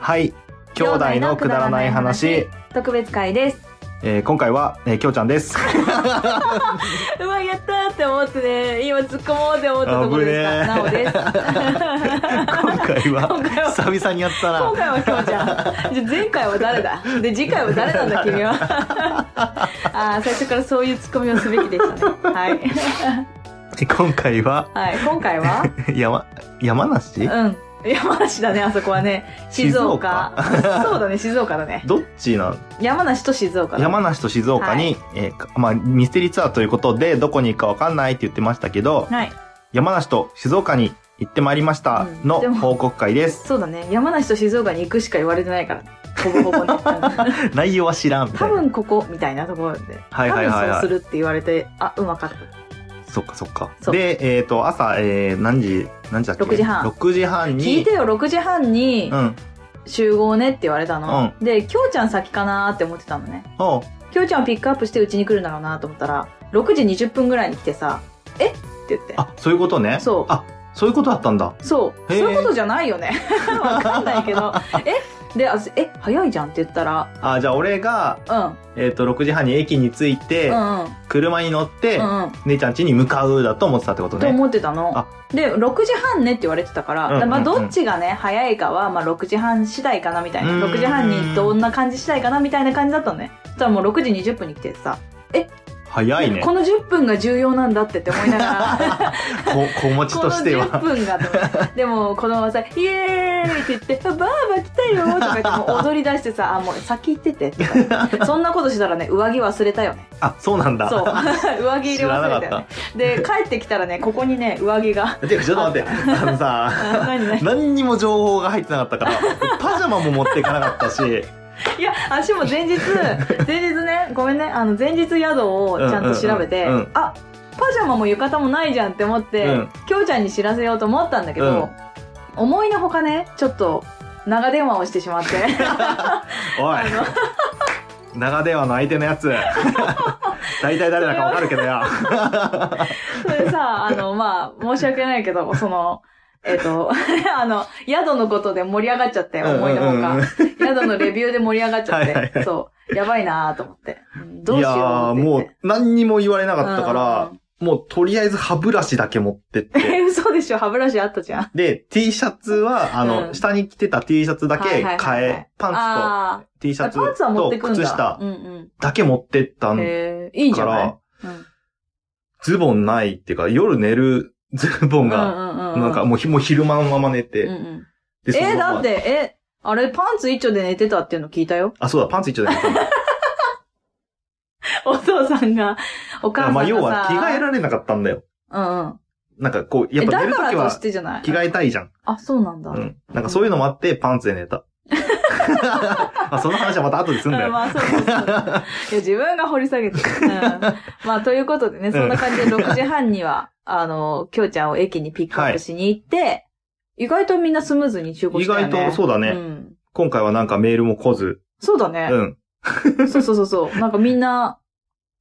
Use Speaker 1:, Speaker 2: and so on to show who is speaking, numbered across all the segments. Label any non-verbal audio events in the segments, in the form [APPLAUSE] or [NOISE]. Speaker 1: はい兄弟のくだらない話、
Speaker 2: 特別会です
Speaker 1: えー今回は、えー、きょうちゃんです [LAUGHS]
Speaker 2: うわやったーって思ってね今突っ込もうって思ったところでしたなおです
Speaker 1: [LAUGHS] 今回は
Speaker 2: 今回は
Speaker 1: 久々にやった
Speaker 2: 今
Speaker 1: な
Speaker 2: 回はきょうちゃんじゃあ前回は誰だで次回は誰なん
Speaker 1: [LAUGHS]
Speaker 2: だ君はあー最初からそういうツッコミをすべきでしたねはい、
Speaker 1: 今回は
Speaker 2: はい、今回は
Speaker 1: 山山梨
Speaker 2: うん山梨だねあそこはね静岡そうだね静岡だね
Speaker 1: どっちなん
Speaker 2: 山梨と静岡だ
Speaker 1: 山梨と静岡に、えーかまあ、ミステリーツアーということでどこに行くかわかんないって言ってましたけど
Speaker 2: はい
Speaker 1: 山梨と静岡に行ってまいりました
Speaker 2: うん
Speaker 1: の
Speaker 2: でも
Speaker 1: 報告会です、
Speaker 2: そうだね山梨と静岡に行くしか言われてないからねほぼほぼね
Speaker 1: [LAUGHS] 内容は知らんみた
Speaker 2: 多
Speaker 1: いな
Speaker 2: 分ここみたいなところで
Speaker 1: はいはいはいはい
Speaker 2: 多分そうするって言われてあうまかっ
Speaker 1: そっかそっか
Speaker 2: そう
Speaker 1: でえっ、と朝、えー何時何時だっけ
Speaker 2: 6時半
Speaker 1: 6時半
Speaker 2: た
Speaker 1: に
Speaker 2: 聞いてよ6時半に
Speaker 1: うん
Speaker 2: 集合ねって言われたの、できょうちゃん先かなーって思ってたのね
Speaker 1: おう
Speaker 2: きょうちゃんをピックアップしてうちに来るんだろうなと思ったら6時20分ぐらいに来てさ「えっ?」て言って
Speaker 1: あそういうことね
Speaker 2: そう
Speaker 1: あそういうことだったんだ
Speaker 2: そうそう
Speaker 1: へー
Speaker 2: いうことじゃないよね [LAUGHS] わかんないけど「えで私え早いじゃん」って言ったら「
Speaker 1: あじゃあ俺が、
Speaker 2: うん
Speaker 1: えっと6時半に駅に着いて、
Speaker 2: うんうん
Speaker 1: 車に乗って、
Speaker 2: うんうん」
Speaker 1: 姉ちゃん家に向かうだと思ってたってこと
Speaker 2: と
Speaker 1: ね
Speaker 2: 思ってたの
Speaker 1: あ
Speaker 2: で6時半ねって言われてたか
Speaker 1: う
Speaker 2: ら,、
Speaker 1: んうんうん
Speaker 2: まあ、どっちがね早いかは、まあ、6時半次第かなみたいな
Speaker 1: うん
Speaker 2: 6時半にどんな感じ次第かなみたいな感じだったのねそしたらもう6時20分に来てさ、
Speaker 1: 早いね
Speaker 2: こ
Speaker 1: こ
Speaker 2: の10分が重要なんだってって思いな
Speaker 1: [LAUGHS]
Speaker 2: がら
Speaker 1: 子持ち
Speaker 2: こ
Speaker 1: と
Speaker 2: の
Speaker 1: して
Speaker 2: 10
Speaker 1: は
Speaker 2: 分がと思ってでも子供はさ「イエーイ!」って言って「ばあば来たよ!」とか言ってもう踊り出してさ「あもう先行ってて」とか言ってそんなことしたらね上着忘れたよね
Speaker 1: あそうなんだ
Speaker 2: そう [LAUGHS] 上着入
Speaker 1: 知
Speaker 2: れ
Speaker 1: らな
Speaker 2: 忘
Speaker 1: か
Speaker 2: れ
Speaker 1: った
Speaker 2: よね
Speaker 1: た
Speaker 2: で帰ってきたらねここにね上着が
Speaker 1: てかちょっと待ってあのさ
Speaker 2: 何何
Speaker 1: 何にも情報が入ってなかったからパジャマも持っていかなかったし
Speaker 2: いや、私も前
Speaker 1: [LAUGHS]
Speaker 2: 日、前日ね、ごめんね、あの、前日宿をちゃんと調べて
Speaker 1: うんうんうんうん、
Speaker 2: あ、パジャマも浴衣もないじゃんって思って
Speaker 1: うん、
Speaker 2: きょうちゃんに知らせようと思ったんだけど、思いのほかね、ちょっと、長電話をしてしまって、
Speaker 1: [LAUGHS] おい
Speaker 2: あの、
Speaker 1: 長電話の相手のや
Speaker 2: [LAUGHS]
Speaker 1: つ大体誰だかわかるけどよ
Speaker 2: それでさ、あの、まあ、申し訳ない
Speaker 1: [LAUGHS]
Speaker 2: けど、その、えっ、と、 [LAUGHS] あの、宿のことで盛り上がっちゃって、思いのほ
Speaker 1: うんうん
Speaker 2: か
Speaker 1: うん。
Speaker 2: 宿のレビューで盛り上がっちゃっ
Speaker 1: はいはいは
Speaker 2: て、
Speaker 1: い
Speaker 2: そう、やばいなーと思って。どう
Speaker 1: い
Speaker 2: しよう
Speaker 1: やー
Speaker 2: って
Speaker 1: も
Speaker 2: 言って。
Speaker 1: う何にも言われなかったから、もうとりあえず歯ブラシだけ持ってっ
Speaker 2: うんうんうん。
Speaker 1: て。
Speaker 2: え、嘘でしょ歯ブラシあったじゃん。
Speaker 1: で、T シャツは、あの、
Speaker 2: うん
Speaker 1: 下に着てた T シャツだ
Speaker 2: は
Speaker 1: け
Speaker 2: いはいはい
Speaker 1: 変
Speaker 2: はい
Speaker 1: え、パン
Speaker 2: あ
Speaker 1: ツと T シ
Speaker 2: ー
Speaker 1: ャ
Speaker 2: あ
Speaker 1: ツ
Speaker 2: パンツは持
Speaker 1: と
Speaker 2: ってくんだ。
Speaker 1: 靴下
Speaker 2: うんうん。
Speaker 1: だけ持ってったんか
Speaker 2: へえ、いいじゃない
Speaker 1: ら、。ズボンないっていうか、夜寝るズボンが、
Speaker 2: な
Speaker 1: なんか、もうひもう昼間のまま寝
Speaker 2: う
Speaker 1: て
Speaker 2: んう。ん
Speaker 1: でそのま
Speaker 2: え、
Speaker 1: ま
Speaker 2: だって、え、あれ、パンツ一丁で寝てたっていうの聞いたよ。 [LAUGHS]
Speaker 1: あ、そうだ、パンツ一丁だけ。
Speaker 2: お父さんが、お母さん
Speaker 1: まあ、
Speaker 2: がさ。
Speaker 1: 要は着替えられなかったんだよ。
Speaker 2: うんうん。
Speaker 1: なんかこう、や
Speaker 2: え、
Speaker 1: っぱ
Speaker 2: だ
Speaker 1: 寝ると
Speaker 2: か
Speaker 1: き
Speaker 2: らと
Speaker 1: は
Speaker 2: してじゃない
Speaker 1: 着替えたいじゃん。
Speaker 2: あ、そうなんだ。
Speaker 1: うん。なんかそういうのもあって、パンツで寝た。
Speaker 2: [LAUGHS]
Speaker 1: まあ、その話はまた後ですんだ
Speaker 2: うん
Speaker 1: よ。
Speaker 2: まあそ
Speaker 1: [LAUGHS]
Speaker 2: うそうそういや自分が掘り下げて、うん、まあということでねそんな感じで6時半にはあのきょうちゃんを駅にピックアップしに行って、意外とみんなスムーズに集合
Speaker 1: 意
Speaker 2: したよ
Speaker 1: 外
Speaker 2: ね
Speaker 1: と、そうだ
Speaker 2: う
Speaker 1: ね、
Speaker 2: ん、
Speaker 1: 今回はなんかメールも来ず。
Speaker 2: そうだね
Speaker 1: う、ん。
Speaker 2: そうそうそうそうなんかみんな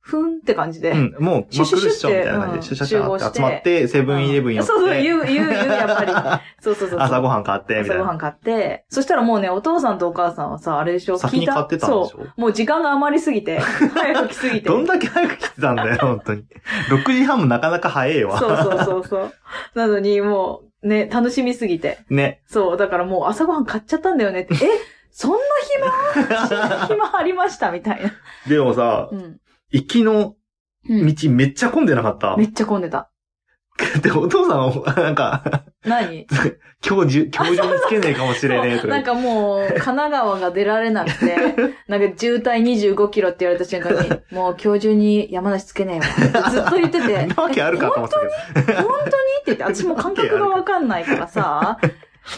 Speaker 2: ふんって感じで、
Speaker 1: うん。もう、
Speaker 2: シュ
Speaker 1: マ
Speaker 2: シ
Speaker 1: ク
Speaker 2: ュシュ
Speaker 1: ルッション
Speaker 2: って
Speaker 1: みたいな感じ
Speaker 2: うん
Speaker 1: で、シュシュシュ
Speaker 2: 集合し
Speaker 1: ってて集まって、セ
Speaker 2: セ
Speaker 1: ブンイレブン寄って。
Speaker 2: そうそう言う言う言うやっぱりそうそうそうそう
Speaker 1: 朝ごはん買って、みた
Speaker 2: 朝
Speaker 1: い
Speaker 2: ご
Speaker 1: な。
Speaker 2: はん買ってそしたらもうねお父さんとお母さんはさあれでしょ
Speaker 1: 先に買ってたんで
Speaker 2: そ
Speaker 1: しょ
Speaker 2: うもう時間が余りす
Speaker 1: [LAUGHS]
Speaker 2: ぎて早く来すぎて
Speaker 1: どんだけ早く来てたんだよ、本当
Speaker 2: [LAUGHS]
Speaker 1: に。6時半もなかなか早いわ。
Speaker 2: そうそうそうそう。なのに、もう、ね、楽しみすぎて。
Speaker 1: ね。 [LAUGHS]
Speaker 2: そう、だからもう朝ごはん買っちゃったんだよねって。えそんな暇、暇ありましたみたいな。
Speaker 1: でもさ
Speaker 2: う、ん。
Speaker 1: 行きの
Speaker 2: うん
Speaker 1: 道めっちゃ混んでなかった
Speaker 2: め。っちゃ混んでた。
Speaker 1: で、お父さんは、なんか、
Speaker 2: 何
Speaker 1: 今日じゅ、今日中につけねえかもしれねえとか言
Speaker 2: なん
Speaker 1: って。
Speaker 2: かもう、神奈川が出られなく
Speaker 1: [LAUGHS]
Speaker 2: て、なんか渋滞25キロって言われた瞬間に、もう今日中に山梨つけねえわ。ずっ
Speaker 1: [LAUGHS]
Speaker 2: と言って [LAUGHS] て。
Speaker 1: なわけあるかと思ってたけど。
Speaker 2: 本当にって言って、私もう感覚がわかんないからさ、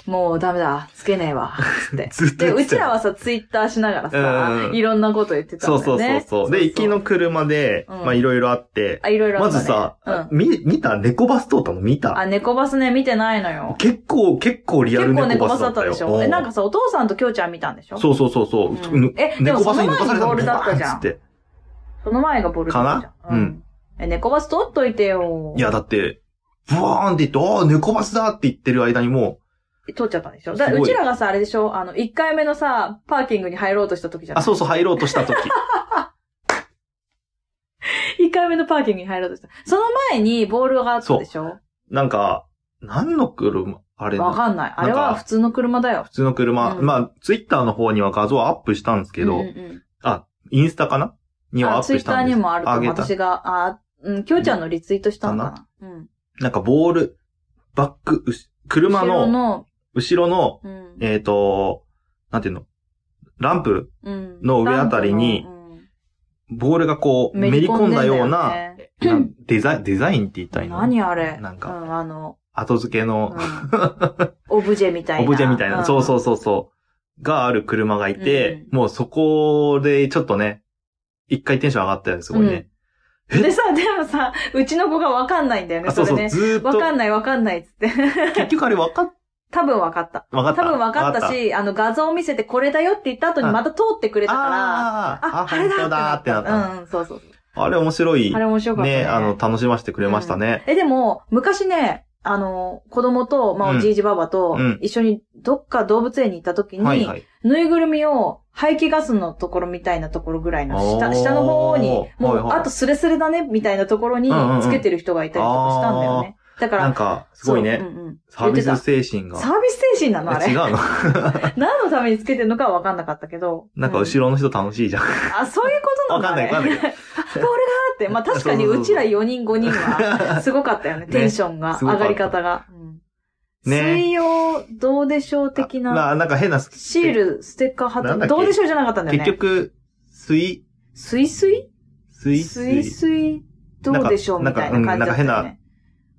Speaker 2: もうダメだ、つけねえわ、つって。
Speaker 1: ずっと
Speaker 2: で、
Speaker 1: 言ってたよ
Speaker 2: うちらはさ、ツイッターしながらさ
Speaker 1: う、ん
Speaker 2: いろんなこと言ってたんだ
Speaker 1: そ
Speaker 2: よ
Speaker 1: う
Speaker 2: ね。
Speaker 1: そうそうそう。で、行きの車で、
Speaker 2: うん
Speaker 1: まあいろいろあって、
Speaker 2: あ、いろいろあ
Speaker 1: ま
Speaker 2: ったね
Speaker 1: ずさ、
Speaker 2: うん。
Speaker 1: 見、見た猫バス通ったの見た
Speaker 2: あ、猫バスね、見てないのよ。
Speaker 1: 結構、結構リア
Speaker 2: 結
Speaker 1: ル
Speaker 2: 構
Speaker 1: 猫バ
Speaker 2: 猫
Speaker 1: ス
Speaker 2: バス
Speaker 1: だ
Speaker 2: だ
Speaker 1: っ
Speaker 2: ったた
Speaker 1: よ。
Speaker 2: でしょ。え、なん
Speaker 1: か、
Speaker 2: かさ、お父さんときょうちゃん見たんでしょ
Speaker 1: そうそうそうそう。
Speaker 2: うんえでも
Speaker 1: 猫バスに
Speaker 2: その前に
Speaker 1: 抜かされた
Speaker 2: ボールだったじゃ
Speaker 1: バーン
Speaker 2: ん
Speaker 1: っつって。
Speaker 2: その前がボルトじゃん
Speaker 1: かな
Speaker 2: う
Speaker 1: うんん。
Speaker 2: え、猫バス取っといてよ。
Speaker 1: いや、だって、ブワーンって言って、ああ、猫バスだって言ってる間にもう、
Speaker 2: 取っちゃったんでしょだ
Speaker 1: すごいう
Speaker 2: ちらがさ、あれでしょあの、1回目のさ、パーキングに入ろうとした時じゃな
Speaker 1: あ、
Speaker 2: い
Speaker 1: そうそう、入ろうとした時。 [LAUGHS]
Speaker 2: ?1 回目のパーキングに入ろうとした。その前にボールがあったでしょ
Speaker 1: なんか、何の車あれ
Speaker 2: わかんない。あれ
Speaker 1: なん
Speaker 2: は
Speaker 1: か
Speaker 2: 普通の車だよ
Speaker 1: 普。通の車。
Speaker 2: うん
Speaker 1: まあ、ツイッターの方には画像アップしたんですけど、
Speaker 2: うんうん
Speaker 1: インスタかな
Speaker 2: う
Speaker 1: に
Speaker 2: ん、
Speaker 1: は
Speaker 2: あ
Speaker 1: アッ
Speaker 2: ツイ
Speaker 1: プ
Speaker 2: ッ
Speaker 1: し
Speaker 2: タ
Speaker 1: た
Speaker 2: ー
Speaker 1: んです
Speaker 2: にもあると
Speaker 1: あ
Speaker 2: 思う
Speaker 1: げた。
Speaker 2: 私が、あ、うん、きょうちゃんのリツイートしたのかな。うん。
Speaker 1: なんかボール、バック、うし車
Speaker 2: 後ろ
Speaker 1: の、
Speaker 2: の、
Speaker 1: 後ろの、
Speaker 2: うん。
Speaker 1: えっ、と、なんていうのランプ、
Speaker 2: うん
Speaker 1: の上あたりに、
Speaker 2: ランプのうん
Speaker 1: ボールがこう、めり込んだような、
Speaker 2: めり
Speaker 1: なデザイン、デザインって言ったらいいの
Speaker 2: 何あれ
Speaker 1: なんか
Speaker 2: うん、あの、
Speaker 1: 後付け
Speaker 2: う
Speaker 1: の、
Speaker 2: んオブジェみたいな。
Speaker 1: オブジェみたいな、そうそううそうそう、がある車がいて、
Speaker 2: う
Speaker 1: もうそこでちょっとね、一回テンション上がったよね、すごいね。
Speaker 2: ん。でさ、でもさ、うちの子がわかんないんだよね、
Speaker 1: あ、そ
Speaker 2: そうれ
Speaker 1: そう、
Speaker 2: ね。
Speaker 1: ずーっ
Speaker 2: わか
Speaker 1: と、
Speaker 2: んないわかんないっつって。 [LAUGHS]
Speaker 1: 結局あれわかっ、
Speaker 2: 多分わかった。
Speaker 1: わか
Speaker 2: 多
Speaker 1: った。
Speaker 2: 分わかったし、あの画像を見せてこれだよって言った後にまた通ってくれ
Speaker 1: わ
Speaker 2: た
Speaker 1: かった、あーあ、
Speaker 2: から、あれ
Speaker 1: 本当だーってなった。
Speaker 2: うん、そうそう。
Speaker 1: あれ面白い
Speaker 2: あれ。面白かったね。
Speaker 1: ね、あの、楽しませてくれましたね。
Speaker 2: え、でも、昔ね、あの、子供と、まあ、
Speaker 1: うん
Speaker 2: おじいじばばと
Speaker 1: うん、
Speaker 2: 一緒にどっか動物園に行った時に、
Speaker 1: はいはい。
Speaker 2: ぬいぐるみを排気ガスのところみたいなところぐらいの
Speaker 1: お
Speaker 2: 下、
Speaker 1: ー
Speaker 2: 下の方に、も
Speaker 1: はいは
Speaker 2: う、
Speaker 1: い
Speaker 2: あとスレスレだね、みたいなところに
Speaker 1: うんうんうん
Speaker 2: つけてる人がいたりとかしたんだよね。だか
Speaker 1: なん
Speaker 2: ら、
Speaker 1: か、すごい
Speaker 2: そう
Speaker 1: ね、
Speaker 2: うんうん
Speaker 1: サービ
Speaker 2: 言
Speaker 1: ス
Speaker 2: って
Speaker 1: 精神
Speaker 2: た
Speaker 1: が。
Speaker 2: サービス精神なのあ
Speaker 1: え違う
Speaker 2: れ。 [LAUGHS]
Speaker 1: の
Speaker 2: 何のためにつけてるのかはわかんなかったけど。
Speaker 1: なんか後ろの人楽しいじゃん。
Speaker 2: うんあ、そういうことな
Speaker 1: わか
Speaker 2: んだ
Speaker 1: んない、わかんないけど。
Speaker 2: [LAUGHS] ボールがあって、まあ確か
Speaker 1: そうそ
Speaker 2: に
Speaker 1: うそう
Speaker 2: うちら4人5人はすごかったよ
Speaker 1: [LAUGHS]
Speaker 2: ね。
Speaker 1: ね
Speaker 2: テンションが、
Speaker 1: すごかっ
Speaker 2: 上
Speaker 1: た
Speaker 2: がり方が。うん
Speaker 1: ね
Speaker 2: 水曜どうでしょう的
Speaker 1: あま
Speaker 2: な
Speaker 1: あ、なんか変な、
Speaker 2: シール、ステッカー貼
Speaker 1: なん
Speaker 2: っ
Speaker 1: だ
Speaker 2: て、
Speaker 1: っけ
Speaker 2: どうでしょうじゃなかったんだよ
Speaker 1: 結
Speaker 2: ね。
Speaker 1: 局、水、
Speaker 2: 水水
Speaker 1: 水、
Speaker 2: 水
Speaker 1: 水、
Speaker 2: 水どうでしょう
Speaker 1: な
Speaker 2: み
Speaker 1: んか
Speaker 2: たいな感じだったよね。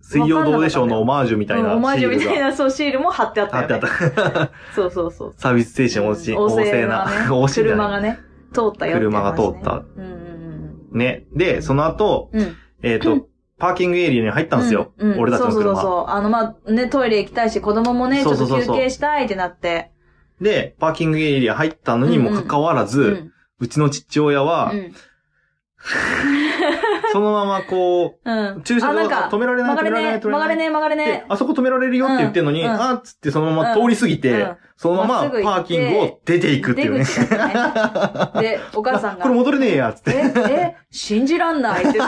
Speaker 1: 水曜どうでしょうのオマージュみたい
Speaker 2: うん
Speaker 1: な
Speaker 2: オマー
Speaker 1: シ
Speaker 2: ジ
Speaker 1: ー
Speaker 2: ュみたい
Speaker 1: ルが
Speaker 2: な、そう、シールも貼ってあ [LAUGHS] った
Speaker 1: あってあ
Speaker 2: よ
Speaker 1: っ
Speaker 2: ね。
Speaker 1: た。 [LAUGHS]
Speaker 2: そうそうそう。
Speaker 1: サービス精神旺盛
Speaker 2: うん
Speaker 1: 旺盛な [LAUGHS]
Speaker 2: 旺盛な。ね
Speaker 1: 旺盛じゃ
Speaker 2: 車
Speaker 1: な
Speaker 2: が
Speaker 1: い
Speaker 2: ね、通ったよっていう
Speaker 1: 車
Speaker 2: 話
Speaker 1: が
Speaker 2: ね
Speaker 1: 通った。
Speaker 2: うんうん
Speaker 1: ね。で、その後、
Speaker 2: うんうん。うん。
Speaker 1: えっと、パーキングエリアに入ったんですよ。
Speaker 2: うんうん
Speaker 1: 俺たちの
Speaker 2: そうそうそう
Speaker 1: 車。
Speaker 2: そう。あの、まあ、ね、トイレ行きたいし、子供もね、ち
Speaker 1: そ
Speaker 2: ょ
Speaker 1: う
Speaker 2: っ
Speaker 1: そうそ
Speaker 2: と
Speaker 1: う
Speaker 2: 休
Speaker 1: そう
Speaker 2: 憩したいってなって。
Speaker 1: で、パーキングエリア入ったのにもかかわら
Speaker 2: う
Speaker 1: ず、
Speaker 2: ん。
Speaker 1: うちの父親は
Speaker 2: う、ん。
Speaker 1: そのままこ
Speaker 2: うん
Speaker 1: う、駐車場
Speaker 2: あなん
Speaker 1: が止
Speaker 2: か、
Speaker 1: められない、
Speaker 2: 曲
Speaker 1: 止め
Speaker 2: がれ
Speaker 1: られない、
Speaker 2: ね、
Speaker 1: 止め
Speaker 2: 曲が
Speaker 1: られ
Speaker 2: れ
Speaker 1: ない。
Speaker 2: ね、曲がれ
Speaker 1: で
Speaker 2: ね。、
Speaker 1: あそこ止められるよって言ってんのに、
Speaker 2: うんうん
Speaker 1: あーっつってそのまま通り過ぎて、
Speaker 2: うん
Speaker 1: そのまま
Speaker 2: まっすぐ行って
Speaker 1: パーキングを出ていくっていうね。
Speaker 2: 出口だで、お母さんが。
Speaker 1: これ戻れねえや、つって。
Speaker 2: え、え、信じらんない [LAUGHS] って。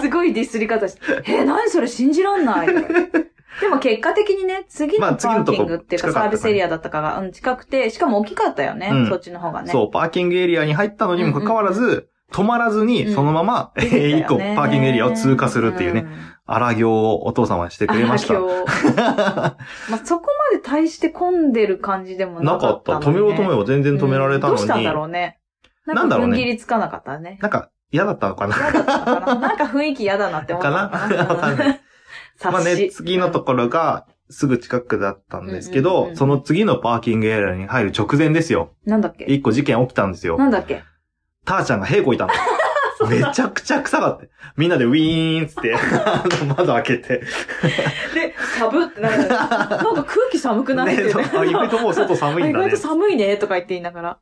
Speaker 2: すごいディスり方して。え、何それ信じらんないとか言ってでも結果的にね、次
Speaker 1: まあ
Speaker 2: のパ
Speaker 1: 次の
Speaker 2: ー
Speaker 1: とこ
Speaker 2: キングっていうか
Speaker 1: 近か
Speaker 2: サ
Speaker 1: った
Speaker 2: ービスエリアだったかが、うん、近くて、しかも大きかったよね
Speaker 1: うん。
Speaker 2: そっちの方がね。
Speaker 1: そう、パーキングエリアに入ったのにもかかわらず、止まらず
Speaker 2: う
Speaker 1: に、
Speaker 2: ん
Speaker 1: そのまま、え
Speaker 2: 出てたよね。
Speaker 1: ー一個パーキングエリアを通過するっていうね、
Speaker 2: ん。
Speaker 1: 荒行をお父様はしてくれました
Speaker 2: あ。今
Speaker 1: [LAUGHS]
Speaker 2: 日まあ、そこまで大して混んでる感じでもな
Speaker 1: な
Speaker 2: か
Speaker 1: か
Speaker 2: っ
Speaker 1: ったた。
Speaker 2: のね、
Speaker 1: 止めようと思えば全然止められたの
Speaker 2: うんどう
Speaker 1: に。
Speaker 2: したんだろうね。な
Speaker 1: なん
Speaker 2: ん
Speaker 1: だ
Speaker 2: か
Speaker 1: ろうね
Speaker 2: 踏ん切りつかなかったね。
Speaker 1: なんか、嫌だったのかな
Speaker 2: 嫌だったのかななんか雰囲気嫌だなって思っ
Speaker 1: か
Speaker 2: た
Speaker 1: な
Speaker 2: のかな。
Speaker 1: わかんない。まあ
Speaker 2: 察
Speaker 1: ね、
Speaker 2: し
Speaker 1: 次のところが、すぐ近くだったんですけど、
Speaker 2: うんうんうん
Speaker 1: その次のパーキングエリアに入る直前ですよ。
Speaker 2: なんだっけ
Speaker 1: 一個事件起きたんですよ。
Speaker 2: なんだっけ
Speaker 1: ターちゃんが屁こ
Speaker 2: [LAUGHS]
Speaker 1: いたの。めちゃくちゃ臭かった。みんなでウィーンっつ
Speaker 2: [LAUGHS]
Speaker 1: って、あの窓開けて。
Speaker 2: で、寒ってなる。なんか空気寒くないってい
Speaker 1: ね
Speaker 2: う
Speaker 1: そう
Speaker 2: ね。
Speaker 1: あ意外ともう外寒いん
Speaker 2: 意
Speaker 1: だ
Speaker 2: 外
Speaker 1: ね。
Speaker 2: と
Speaker 1: っ
Speaker 2: 寒いねとか言って言いながら。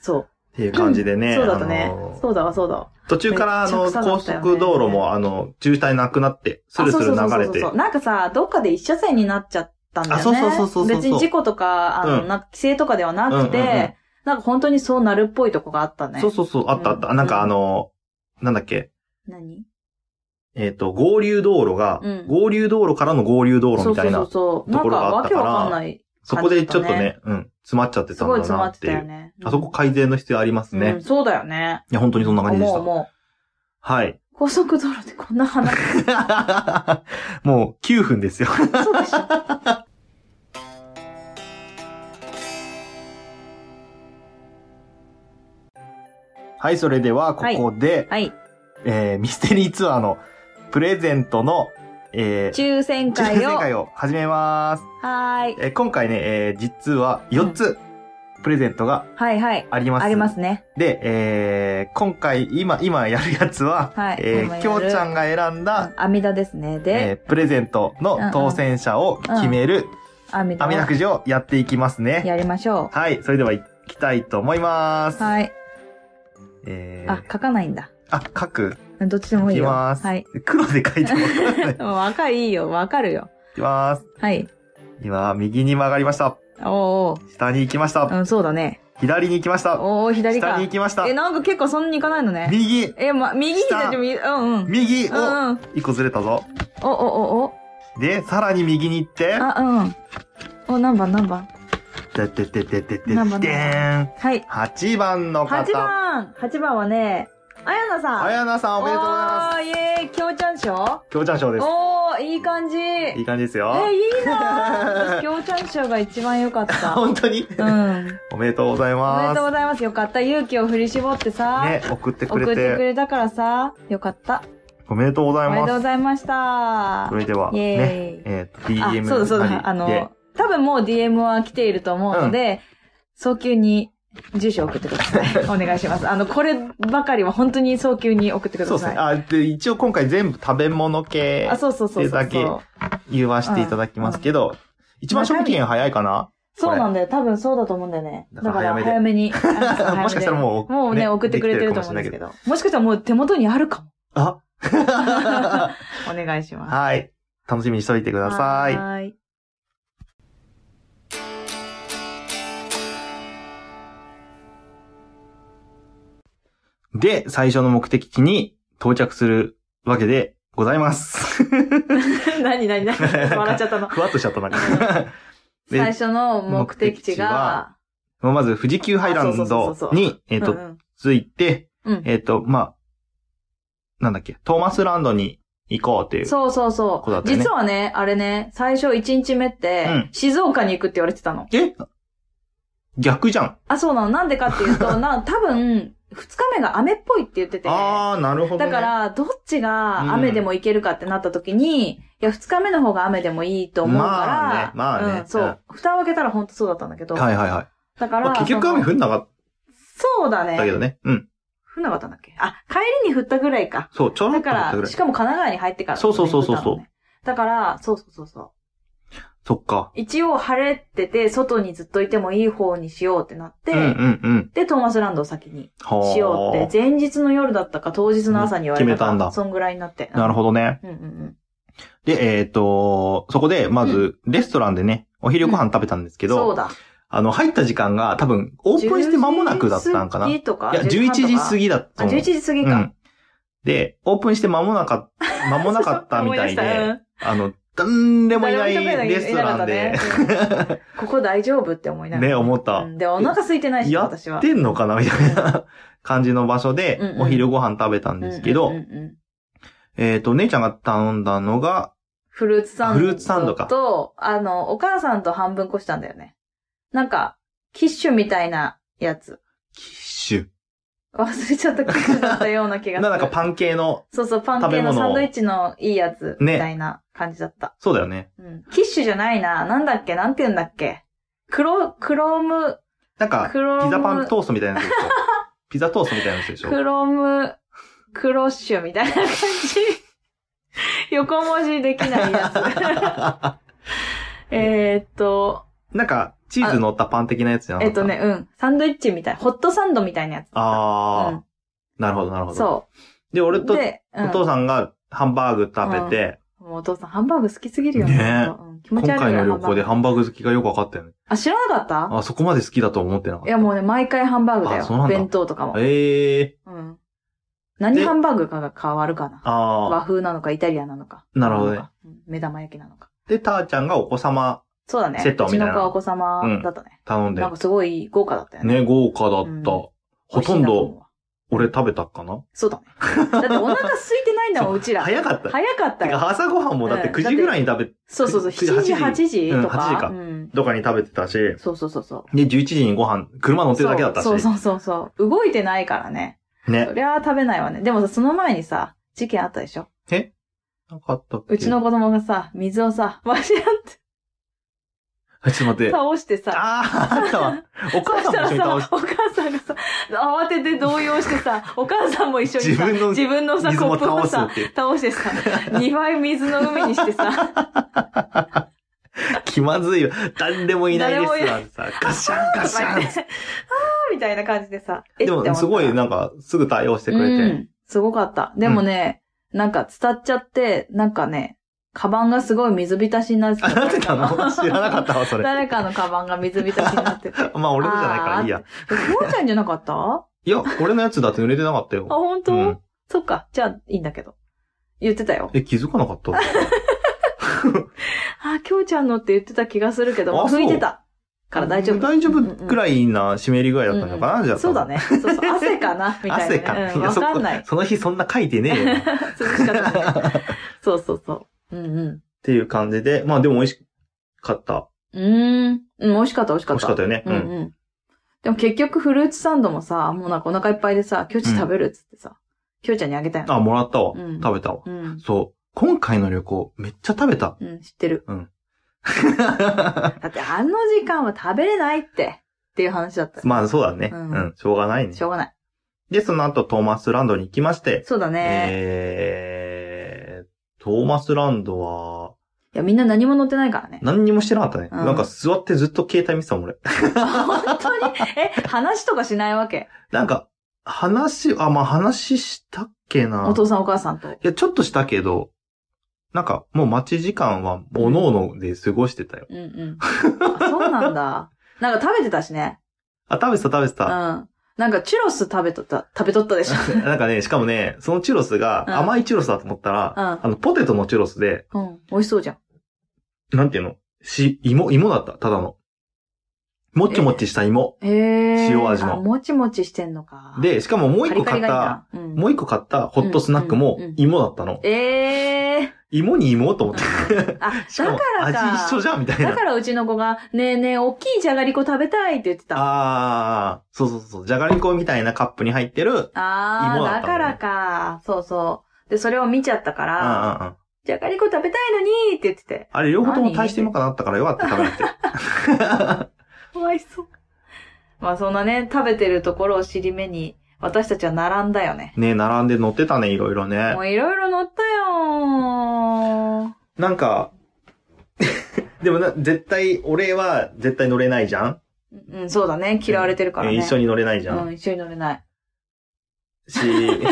Speaker 2: そ
Speaker 1: ていう感じで
Speaker 2: う。
Speaker 1: ね。
Speaker 2: そうだった
Speaker 1: あ
Speaker 2: ね
Speaker 1: の。
Speaker 2: そうだわ、そうだわ。
Speaker 1: 途中からあ
Speaker 2: め
Speaker 1: の、
Speaker 2: っちゃ臭か
Speaker 1: 高
Speaker 2: ったよね
Speaker 1: 速道路もあの、渋滞なくなって、スルスル流
Speaker 2: あそうそう
Speaker 1: れ
Speaker 2: そうそう
Speaker 1: て
Speaker 2: そ。うなんかさ、どっかで一車線になっちゃったんだよね。
Speaker 1: あそうそうそうそうそう
Speaker 2: 別に事故とか、あの、
Speaker 1: うん
Speaker 2: なんか規制とかではなくて、
Speaker 1: うんうんうん
Speaker 2: なんか本当にそうなるっぽいとこがあったね。
Speaker 1: そうそうそう、あったあった。
Speaker 2: うん
Speaker 1: なんかあの、なんだっけ、
Speaker 2: 何
Speaker 1: えっと、合流道路が
Speaker 2: うん、
Speaker 1: 合流道路からの合流道路みたい
Speaker 2: そ
Speaker 1: な
Speaker 2: う、そうそ
Speaker 1: と
Speaker 2: う。なん
Speaker 1: こ
Speaker 2: か
Speaker 1: ろがあ
Speaker 2: わ
Speaker 1: った
Speaker 2: け
Speaker 1: から
Speaker 2: わかんない。
Speaker 1: そこでちょっと
Speaker 2: 感じ
Speaker 1: ね、うん、詰まっちゃって
Speaker 2: す
Speaker 1: たん
Speaker 2: ごい
Speaker 1: だ
Speaker 2: 詰ま
Speaker 1: なっ
Speaker 2: ってて
Speaker 1: い
Speaker 2: たよ
Speaker 1: う。
Speaker 2: ね。
Speaker 1: あそこ改善の必要あります
Speaker 2: う
Speaker 1: ね
Speaker 2: ん、。そうだよね。
Speaker 1: いや、本当にそんな感じでし
Speaker 2: 思う
Speaker 1: た。
Speaker 2: 思
Speaker 1: はい。
Speaker 2: う。高速道路でこんな話
Speaker 1: [LAUGHS] もう9分ですよ。 [LAUGHS]
Speaker 2: そうでしょ。
Speaker 1: はい、それでは、ここで、
Speaker 2: [LAUGHS] はい。
Speaker 1: えーミステリーツアーのプレゼントの、えー、
Speaker 2: 抽選
Speaker 1: 抽
Speaker 2: 会
Speaker 1: 選
Speaker 2: を。
Speaker 1: 会を始めます。
Speaker 2: はーい。
Speaker 1: えー今回ね、えー実は4つプレゼントが
Speaker 2: はいはい。
Speaker 1: あります。
Speaker 2: ありますね。
Speaker 1: で、えー今回、今、今やるやつは、
Speaker 2: はい
Speaker 1: え
Speaker 2: 今
Speaker 1: ー、
Speaker 2: やる
Speaker 1: きょうちゃんが選んだ、
Speaker 2: 網田ですね。
Speaker 1: え
Speaker 2: で、
Speaker 1: ープレゼントの当選者を決める、
Speaker 2: 網田
Speaker 1: 網田
Speaker 2: を
Speaker 1: くじをやっていきますね。
Speaker 2: やりましょ
Speaker 1: はい、それでは行きたいと思います。
Speaker 2: う。はい。
Speaker 1: えー、
Speaker 2: あ、書かないんだ。
Speaker 1: あ、書く。
Speaker 2: どっちでもいいよ。
Speaker 1: いきます
Speaker 2: はい。
Speaker 1: 黒で書いてもらわない。い
Speaker 2: わかいいよ。わかるよ。 [LAUGHS]
Speaker 1: きます。
Speaker 2: はい。
Speaker 1: 今、右に曲がりました。
Speaker 2: おーお
Speaker 1: 下に行きました。
Speaker 2: ー、うん、そうだね。
Speaker 1: 左に行きました。
Speaker 2: おー、左か。
Speaker 1: 下に行きました
Speaker 2: え、。なんか結構そんなに行かないのね。
Speaker 1: 右
Speaker 2: え、ま、右
Speaker 1: 下
Speaker 2: 左右、うんうん。
Speaker 1: 右
Speaker 2: う
Speaker 1: お
Speaker 2: んうん。
Speaker 1: 一個ずれたぞ。
Speaker 2: お、お、お、お。
Speaker 1: で、さらに右に行って、
Speaker 2: あ、うん。お、何番何番
Speaker 1: でてててててて
Speaker 2: 何番
Speaker 1: ーん。
Speaker 2: はい。
Speaker 1: 8番の
Speaker 2: 8
Speaker 1: 方。
Speaker 2: 番 !8 番はね、あやなさん。
Speaker 1: あやなさんおめでとうございます。
Speaker 2: す。イエーイ、きょうちゃん賞
Speaker 1: きょうちゃん賞です。
Speaker 2: おー、いい感じ。え
Speaker 1: いい感じです
Speaker 2: ー、
Speaker 1: よ。
Speaker 2: いいなー私、きょうちゃん賞が一番良かった。うん。
Speaker 1: [LAUGHS] 本当におめでとうござい
Speaker 2: おめで
Speaker 1: ま
Speaker 2: とう
Speaker 1: す。
Speaker 2: ございます。よかった。勇気を振り絞ってさ、
Speaker 1: ね、送ってく
Speaker 2: 送って
Speaker 1: れ
Speaker 2: く
Speaker 1: て、
Speaker 2: れたからさ、よかった。
Speaker 1: おめでとうござい
Speaker 2: おめでとう
Speaker 1: ま
Speaker 2: ご
Speaker 1: す。
Speaker 2: ざいました
Speaker 1: そ。れでは、
Speaker 2: イエ
Speaker 1: ね、
Speaker 2: ーイ。
Speaker 1: えっと、
Speaker 2: あ
Speaker 1: DM
Speaker 2: そうだそうだ。あ
Speaker 1: なりで
Speaker 2: の、多分もう DM は来ていると思うので、早急に住所送ってくださ
Speaker 1: [LAUGHS]
Speaker 2: い。お願いします。あの、こればかりは本当に早急に送ってくだ
Speaker 1: そ
Speaker 2: さ
Speaker 1: う
Speaker 2: い。
Speaker 1: ですね。あ、で、一応今回全部食べ物系
Speaker 2: あ、そうそうそうそう。
Speaker 1: だけ言わせていただきますけど、一番賞味期限早いかな
Speaker 2: そうなんだよ。多分そうだと思うんだよね。
Speaker 1: だ
Speaker 2: だ
Speaker 1: か
Speaker 2: から
Speaker 1: 早
Speaker 2: ら
Speaker 1: めで
Speaker 2: 早めに。あの早
Speaker 1: [LAUGHS]
Speaker 2: めで
Speaker 1: もしかしたらもう
Speaker 2: もうね、
Speaker 1: ね
Speaker 2: 送ってくれてると思うんですけど。もしかしたらもう手元にあるかも。
Speaker 1: あ
Speaker 2: お願いします。
Speaker 1: [LAUGHS] はい。楽しみにしといてください。
Speaker 2: はーい。 [LAUGHS]
Speaker 1: で、最初の目的地に到着するわけでござい
Speaker 2: [LAUGHS]
Speaker 1: ます。
Speaker 2: 何何
Speaker 1: [LAUGHS]
Speaker 2: 何笑っちゃったの。
Speaker 1: ふわっとしちゃった
Speaker 2: [LAUGHS]
Speaker 1: なんか。で
Speaker 2: 最初の目的地が、
Speaker 1: まあまず、富士急ハイラン
Speaker 2: あそうそうそ
Speaker 1: ド
Speaker 2: うそう
Speaker 1: に、えっと
Speaker 2: う、ん
Speaker 1: 着いて、
Speaker 2: うん、うん
Speaker 1: えっと、まあ、なんだっけ、トーマスランドに行こうっていう。
Speaker 2: そうそうそ
Speaker 1: こ
Speaker 2: う
Speaker 1: とだったよね
Speaker 2: 実はね、あれね、最初1日目って、
Speaker 1: うん
Speaker 2: 静岡に行くって言われてたの。
Speaker 1: え逆じゃん。
Speaker 2: あ、そうなの。なんでかってい
Speaker 1: [LAUGHS]
Speaker 2: うと、な、多分、2日目が雨っぽいって言ってて。
Speaker 1: あー、なるほど、
Speaker 2: だ
Speaker 1: ね。
Speaker 2: か、ら、どっちが雨でも行けるかってなった時に、いや、二日目の方が雨でもいいと思うから、
Speaker 1: まあねまあね
Speaker 2: うん、そうう。
Speaker 1: ん
Speaker 2: 蓋を開けたら本当そうだったんだけど、
Speaker 1: はいはいはい。
Speaker 2: だから、
Speaker 1: まあ、結局雨
Speaker 2: その
Speaker 1: 降んなかっ
Speaker 2: そうだね。
Speaker 1: たけどね。うん。
Speaker 2: 降んなかったんだっけあ、帰りに降ったぐらいか。
Speaker 1: そう、ちょろ
Speaker 2: だ
Speaker 1: っと
Speaker 2: か
Speaker 1: 降ったぐ
Speaker 2: ら、
Speaker 1: らい
Speaker 2: し。かも神奈川に入ってから、
Speaker 1: そうそうそうそうそう
Speaker 2: 降ったのねだから、そうそうそうそう。
Speaker 1: そっか。
Speaker 2: 一応晴れてて、外にずっといてもいい方にしようってなって、
Speaker 1: うんうんうん。
Speaker 2: で、トーマスランドを先に
Speaker 1: は
Speaker 2: しようって、前日の夜だったか当日の朝に言われたから
Speaker 1: 決めたんだ
Speaker 2: そんぐらいになって。
Speaker 1: なるほどね。
Speaker 2: ど。うんうんうん。
Speaker 1: で、えっ、と、そこで、まず、レストランでね、お昼ご飯食べたんですけど、
Speaker 2: そうだ。
Speaker 1: あの、入った時間が多分、オープンして間もなくだったんかな。
Speaker 2: 10
Speaker 1: い
Speaker 2: 時とか
Speaker 1: や、11時過
Speaker 2: ぎ。
Speaker 1: ぎだった
Speaker 2: あ、11時過ぎ
Speaker 1: う
Speaker 2: か。
Speaker 1: ん。で、オープンして間もな
Speaker 2: [LAUGHS]
Speaker 1: か、間もなかったみたい
Speaker 2: 思出したう
Speaker 1: で、
Speaker 2: ん
Speaker 1: あの、誰でもいな
Speaker 2: 誰も食べないい
Speaker 1: レストランで
Speaker 2: いな、
Speaker 1: [LAUGHS]
Speaker 2: ここ大丈夫って思いながら。
Speaker 1: ね思った
Speaker 2: うんで、お腹空いてないし、
Speaker 1: や
Speaker 2: 私
Speaker 1: っ
Speaker 2: は。
Speaker 1: てんのかなみたいな感じの場所で
Speaker 2: うんう、ん
Speaker 1: お昼ご飯食べたんですけ
Speaker 2: うんうん
Speaker 1: ど、
Speaker 2: うん
Speaker 1: えっと、姉ちゃんが頼んだのが、
Speaker 2: フルーツサンド。
Speaker 1: フルーツサンドか
Speaker 2: と、あの、お母さんと半分こしたんだよね。なんか、キッシュみたいなやつ。
Speaker 1: キッシ
Speaker 2: 忘れちゃったキッシュだったような気
Speaker 1: ュ。
Speaker 2: がす
Speaker 1: [LAUGHS]
Speaker 2: る。
Speaker 1: なんかパン系の、
Speaker 2: そうそう、パン系のサンドイッチのいいやつ、みたいな感じだった。
Speaker 1: そうだよね。
Speaker 2: うん。キッシュじゃないな。なんだっけなんて言うんだっけ黒、クローム、
Speaker 1: なんか、ピ
Speaker 2: クローム
Speaker 1: ザパントーストみたいなやつでし
Speaker 2: [LAUGHS]
Speaker 1: ょ。ピザトーストみたいなやつでしょ。
Speaker 2: クローム、クロッシュみたいな感じ。横文字できな
Speaker 1: [LAUGHS]
Speaker 2: いやつ。えーっと、
Speaker 1: [LAUGHS] なんか、チーズ乗ったパン的なやつじゃなか
Speaker 2: え
Speaker 1: っ
Speaker 2: ったとね、。うん。サンドイッチみたい。ホットサンドみたいなやつ。
Speaker 1: あー、
Speaker 2: う
Speaker 1: なるほど、なるほ
Speaker 2: ん、
Speaker 1: ど。
Speaker 2: そ
Speaker 1: で、俺
Speaker 2: う。
Speaker 1: と
Speaker 2: で、うん
Speaker 1: お父さんがハンバーグ食べて、
Speaker 2: もうお父さん、ハンバーグ好きすぎるよね。
Speaker 1: ね
Speaker 2: うん、気持ち
Speaker 1: 今
Speaker 2: 悪い
Speaker 1: 回
Speaker 2: よ
Speaker 1: の旅行で
Speaker 2: ハンバーグ
Speaker 1: ハンバーグ好きがよく分かったよね。
Speaker 2: あ、知らなかった
Speaker 1: あ、そこまで好きだと思ってなかっ
Speaker 2: い
Speaker 1: た。
Speaker 2: や、もうね、毎回ハンバーグだ
Speaker 1: あそうな
Speaker 2: よ。
Speaker 1: んだ
Speaker 2: 弁当とかも。
Speaker 1: ええ
Speaker 2: うん。何
Speaker 1: で
Speaker 2: ハンバーグかが変わるかな。
Speaker 1: ああ。
Speaker 2: 和風なのか、イタリアンなのか。
Speaker 1: なるほどね
Speaker 2: うん。目玉焼きなのか。
Speaker 1: で、たーちゃんがお子様
Speaker 2: そうだね。
Speaker 1: セットみたいな
Speaker 2: うちの子はお子様だったね。
Speaker 1: 頼んで
Speaker 2: なん、かすごい豪華だったよね。
Speaker 1: ね、豪華だった。
Speaker 2: うん
Speaker 1: ほとん
Speaker 2: 美味しいなと思う
Speaker 1: ど
Speaker 2: わ。
Speaker 1: 俺食べたかな
Speaker 2: そうだね。だってお腹空いてないん
Speaker 1: [LAUGHS]
Speaker 2: だもん、うちら。
Speaker 1: 早かった。
Speaker 2: 早かった
Speaker 1: て
Speaker 2: よ。
Speaker 1: か朝ごはんもだって
Speaker 2: うん
Speaker 1: 9時ぐらいに食べ、
Speaker 2: そうそうそう。
Speaker 1: く8
Speaker 2: 7時、8時
Speaker 1: うん
Speaker 2: と
Speaker 1: 8時か
Speaker 2: か。うん。
Speaker 1: どっかに食べてたし、で、
Speaker 2: そうそうそうそう。
Speaker 1: 11時にご飯、車乗ってるだけだったし。
Speaker 2: そうそうそうそう。動いてないからね。
Speaker 1: ね
Speaker 2: そ。りゃあ食べないわね。でもさ、その前にさ、事件あったでしょ
Speaker 1: なかったっけ
Speaker 2: うちの。子供がさ、水をさ、わしらって
Speaker 1: あちょっと待って。あ
Speaker 2: 倒してさ、
Speaker 1: あー、あった
Speaker 2: [LAUGHS]
Speaker 1: わ。お
Speaker 2: そ
Speaker 1: 母
Speaker 2: し
Speaker 1: さ
Speaker 2: た
Speaker 1: んも一緒に
Speaker 2: ら
Speaker 1: 倒し
Speaker 2: さ、お母さんがさ、慌てて動揺してさ、お母さんも一緒にさ、
Speaker 1: 自分の
Speaker 2: 自分のさ、
Speaker 1: 水
Speaker 2: コ
Speaker 1: も
Speaker 2: ップを
Speaker 1: 倒す
Speaker 2: さ
Speaker 1: っ、ていう。
Speaker 2: 倒してさ、2倍水の海にしてさ、
Speaker 1: 気まずいよ。誰でもいないレストランでさ、ガシャンガ
Speaker 2: と
Speaker 1: シ
Speaker 2: か言
Speaker 1: ャ
Speaker 2: っ
Speaker 1: ン
Speaker 2: て。 [LAUGHS] あーみたいな感じでさ、え
Speaker 1: で
Speaker 2: って思
Speaker 1: も、
Speaker 2: った
Speaker 1: すごい、なんか、すぐ対応してくれ
Speaker 2: う
Speaker 1: て。
Speaker 2: んすごかった。でもね、なんか伝っちゃって、なんかね、カバンがすごい水浸しになって
Speaker 1: あ、なってたの知らなかったわ、
Speaker 2: [LAUGHS]
Speaker 1: それ。
Speaker 2: 誰かのカバンが水浸しになっ
Speaker 1: [LAUGHS]
Speaker 2: てて。
Speaker 1: まあ、俺のじゃないからいいや。
Speaker 2: えきょうちゃんじゃなかったあ、
Speaker 1: いや、俺のやつだって濡れてなかったよ。
Speaker 2: 本当、
Speaker 1: うん
Speaker 2: そっか。じゃあ、いいんだけど。言ってたよ。
Speaker 1: え、気づかなかった
Speaker 2: あ、きょうちゃんのって言ってた気がするけど、
Speaker 1: あそう
Speaker 2: 拭いてた。から大丈夫。
Speaker 1: 大丈夫く
Speaker 2: い
Speaker 1: らいな湿り具合だったのかな、じゃあ。
Speaker 2: そうだ。ね。そうそう。汗かなみた
Speaker 1: [LAUGHS]
Speaker 2: いな、ね。
Speaker 1: 汗か。
Speaker 2: うんわ、
Speaker 1: そ
Speaker 2: かんない。
Speaker 1: その日そんな書いてねえ
Speaker 2: [LAUGHS]
Speaker 1: よ。っ
Speaker 2: 涼しかったね。そうそうそう。うんうん。
Speaker 1: ていう感じで、まあでも美味しかった。
Speaker 2: うーん。うん美味しかった、美味しか
Speaker 1: 美
Speaker 2: っ。
Speaker 1: 味したかったよね。う
Speaker 2: うん
Speaker 1: ん。
Speaker 2: うん。でも結局フルーツサンドもさ、もうなんかお腹いっぱいでさ、きょうち食べるっつってさ、きょうちゃんにあげたよ。
Speaker 1: あ、もらったわ。
Speaker 2: うん
Speaker 1: 食べたわ。
Speaker 2: うん。。
Speaker 1: そう。今回の旅行、めっちゃ食べた
Speaker 2: [LAUGHS] うん、知ってる。だってあの時間は食べれないって、っていう話だった。
Speaker 1: まあそうだね。
Speaker 2: う
Speaker 1: うんん、しょうがないね
Speaker 2: し。ょうがない。
Speaker 1: で、その後トーマスランドに行きまして、
Speaker 2: そうだね。
Speaker 1: えー、トーマスランドは、
Speaker 2: いや、みんな何も乗ってないからね。
Speaker 1: 何にもしてなかったね。
Speaker 2: うん
Speaker 1: なんか座ってずっと携帯見てたもん、俺。
Speaker 2: 本当に、え、話とかしないわけ。
Speaker 1: なんか、話、あ、まあ話したっけな。
Speaker 2: お父さんお母さんと。
Speaker 1: いや、ちょっとしたけど、なんか、もう待ち時間は、おのおので過ごしてたよ。
Speaker 2: うんうん。あそうなんだ。なんか食べてたしね。
Speaker 1: あ、食べてた、食べて
Speaker 2: うん。
Speaker 1: た。
Speaker 2: なんかチュロス食べとった、食べとったでしょ。
Speaker 1: なんかね、しかもね、そのチュロス
Speaker 2: うん
Speaker 1: が甘いチュロスだと思ったら、
Speaker 2: うん
Speaker 1: あの、ポテトのチュロスで、
Speaker 2: うん。美味しそうじゃん。
Speaker 1: なんていうのし、芋、芋だった、ただの。もっちもっちした芋。
Speaker 2: へえ。
Speaker 1: 塩味の
Speaker 2: あもちもちしてんのか。、
Speaker 1: で、しかももう
Speaker 2: カ
Speaker 1: 一
Speaker 2: リ
Speaker 1: 個
Speaker 2: カ
Speaker 1: 買
Speaker 2: リ
Speaker 1: っ
Speaker 2: が
Speaker 1: た、
Speaker 2: いいな。うん。
Speaker 1: もう一個買ったホットスナックも
Speaker 2: うんうんうん
Speaker 1: 芋だったの。
Speaker 2: ええ
Speaker 1: 芋に芋と思って。
Speaker 2: ー。あ、
Speaker 1: [LAUGHS] しか
Speaker 2: [LAUGHS] だ
Speaker 1: も
Speaker 2: からか。
Speaker 1: 味一緒じゃんみたい
Speaker 2: だ
Speaker 1: な。
Speaker 2: からうちの子が、ねえねえ、大きいじゃがりこ食べたいって言ってた。あ
Speaker 1: あー、そうそうそう。じゃがりこみたいなカップに入ってる。うんうんうん。
Speaker 2: あー、
Speaker 1: 芋だ
Speaker 2: だ
Speaker 1: った
Speaker 2: か
Speaker 1: のね
Speaker 2: らか。そうそう。で、それを見ちゃったから、
Speaker 1: あ
Speaker 2: じゃがりこ食べたいのにって言ってて。
Speaker 1: れ、両方とも大して芋かなったからよかった、食べなくて。
Speaker 2: かわいそう。まあそんなね、食べてるところを尻目に、私たちは並んだよね。
Speaker 1: ね、並んで乗ってたね、いろいろね
Speaker 2: も。ういろいろ乗ったよ
Speaker 1: なんか、 [LAUGHS] でもな、絶対、俺は絶対乗れないじゃん、
Speaker 2: ー。うん、そうだね。嫌われてるからね。
Speaker 1: え一緒
Speaker 2: に。
Speaker 1: に乗れないじゃん
Speaker 2: う。ん、一緒に乗れない。
Speaker 1: し、だか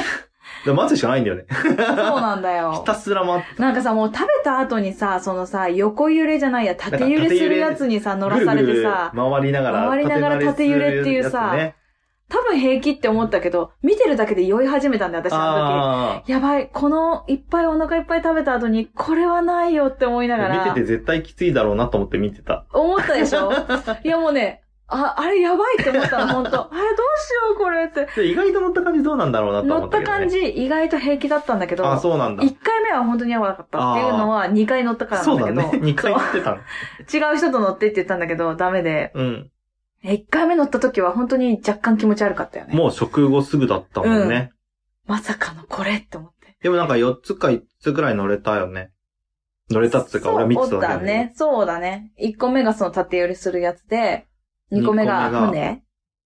Speaker 1: ら待つしかないんだよ
Speaker 2: [LAUGHS]
Speaker 1: ね。
Speaker 2: そうなんだよ
Speaker 1: [LAUGHS] ひ。たすら待って、
Speaker 2: なんかさ、もう食べた後にさ、そのさ、横揺れじゃないや、縦揺れするやつにさ、乗らされてさ、
Speaker 1: 回りながら、
Speaker 2: 回りながら縦揺れっていうさ
Speaker 1: 縦揺れするやつね、
Speaker 2: 多分平気って思ったけど、見てるだけで酔い始めたんだよ、私あの
Speaker 1: あ
Speaker 2: 時。やばい、このいっぱいお腹いっぱい食べた後に、これはないよって思いなが
Speaker 1: あ。
Speaker 2: ら。
Speaker 1: 見てて絶対きついだろうなと思って見てた。
Speaker 2: 思ったで
Speaker 1: [LAUGHS]
Speaker 2: しょいやもうね、あ、あれやばいって思ったの、本
Speaker 1: [LAUGHS]
Speaker 2: 当あれどうしようこれって。
Speaker 1: で意外と乗った感じどうなんだろうなと
Speaker 2: 乗
Speaker 1: 思
Speaker 2: っ
Speaker 1: った
Speaker 2: た
Speaker 1: けど、ね。
Speaker 2: 感じ、意外と平気だったんだけど、
Speaker 1: あ、そうなんだ。
Speaker 2: 1回目は本当にやばかったっていうのは2回乗ったからな
Speaker 1: そ
Speaker 2: ん
Speaker 1: う
Speaker 2: だ
Speaker 1: だ
Speaker 2: け
Speaker 1: ね
Speaker 2: ど、。
Speaker 1: 2回乗ってたの。
Speaker 2: そう違う人と乗ってって言ったんだけど、ダメで、
Speaker 1: うん。
Speaker 2: 1回目乗った時は本当に若干気持ち悪かったよね。
Speaker 1: もう食後すぐだったもんね。
Speaker 2: まさかのこれって思って。
Speaker 1: でもなんか4つか5つくらい乗れたよね。乗れたっつうか、俺は3つ
Speaker 2: そう
Speaker 1: だけ
Speaker 2: だ
Speaker 1: どね。
Speaker 2: ね。そうだね。1個目がその縦寄りするやつで、2個目が
Speaker 1: 二個目が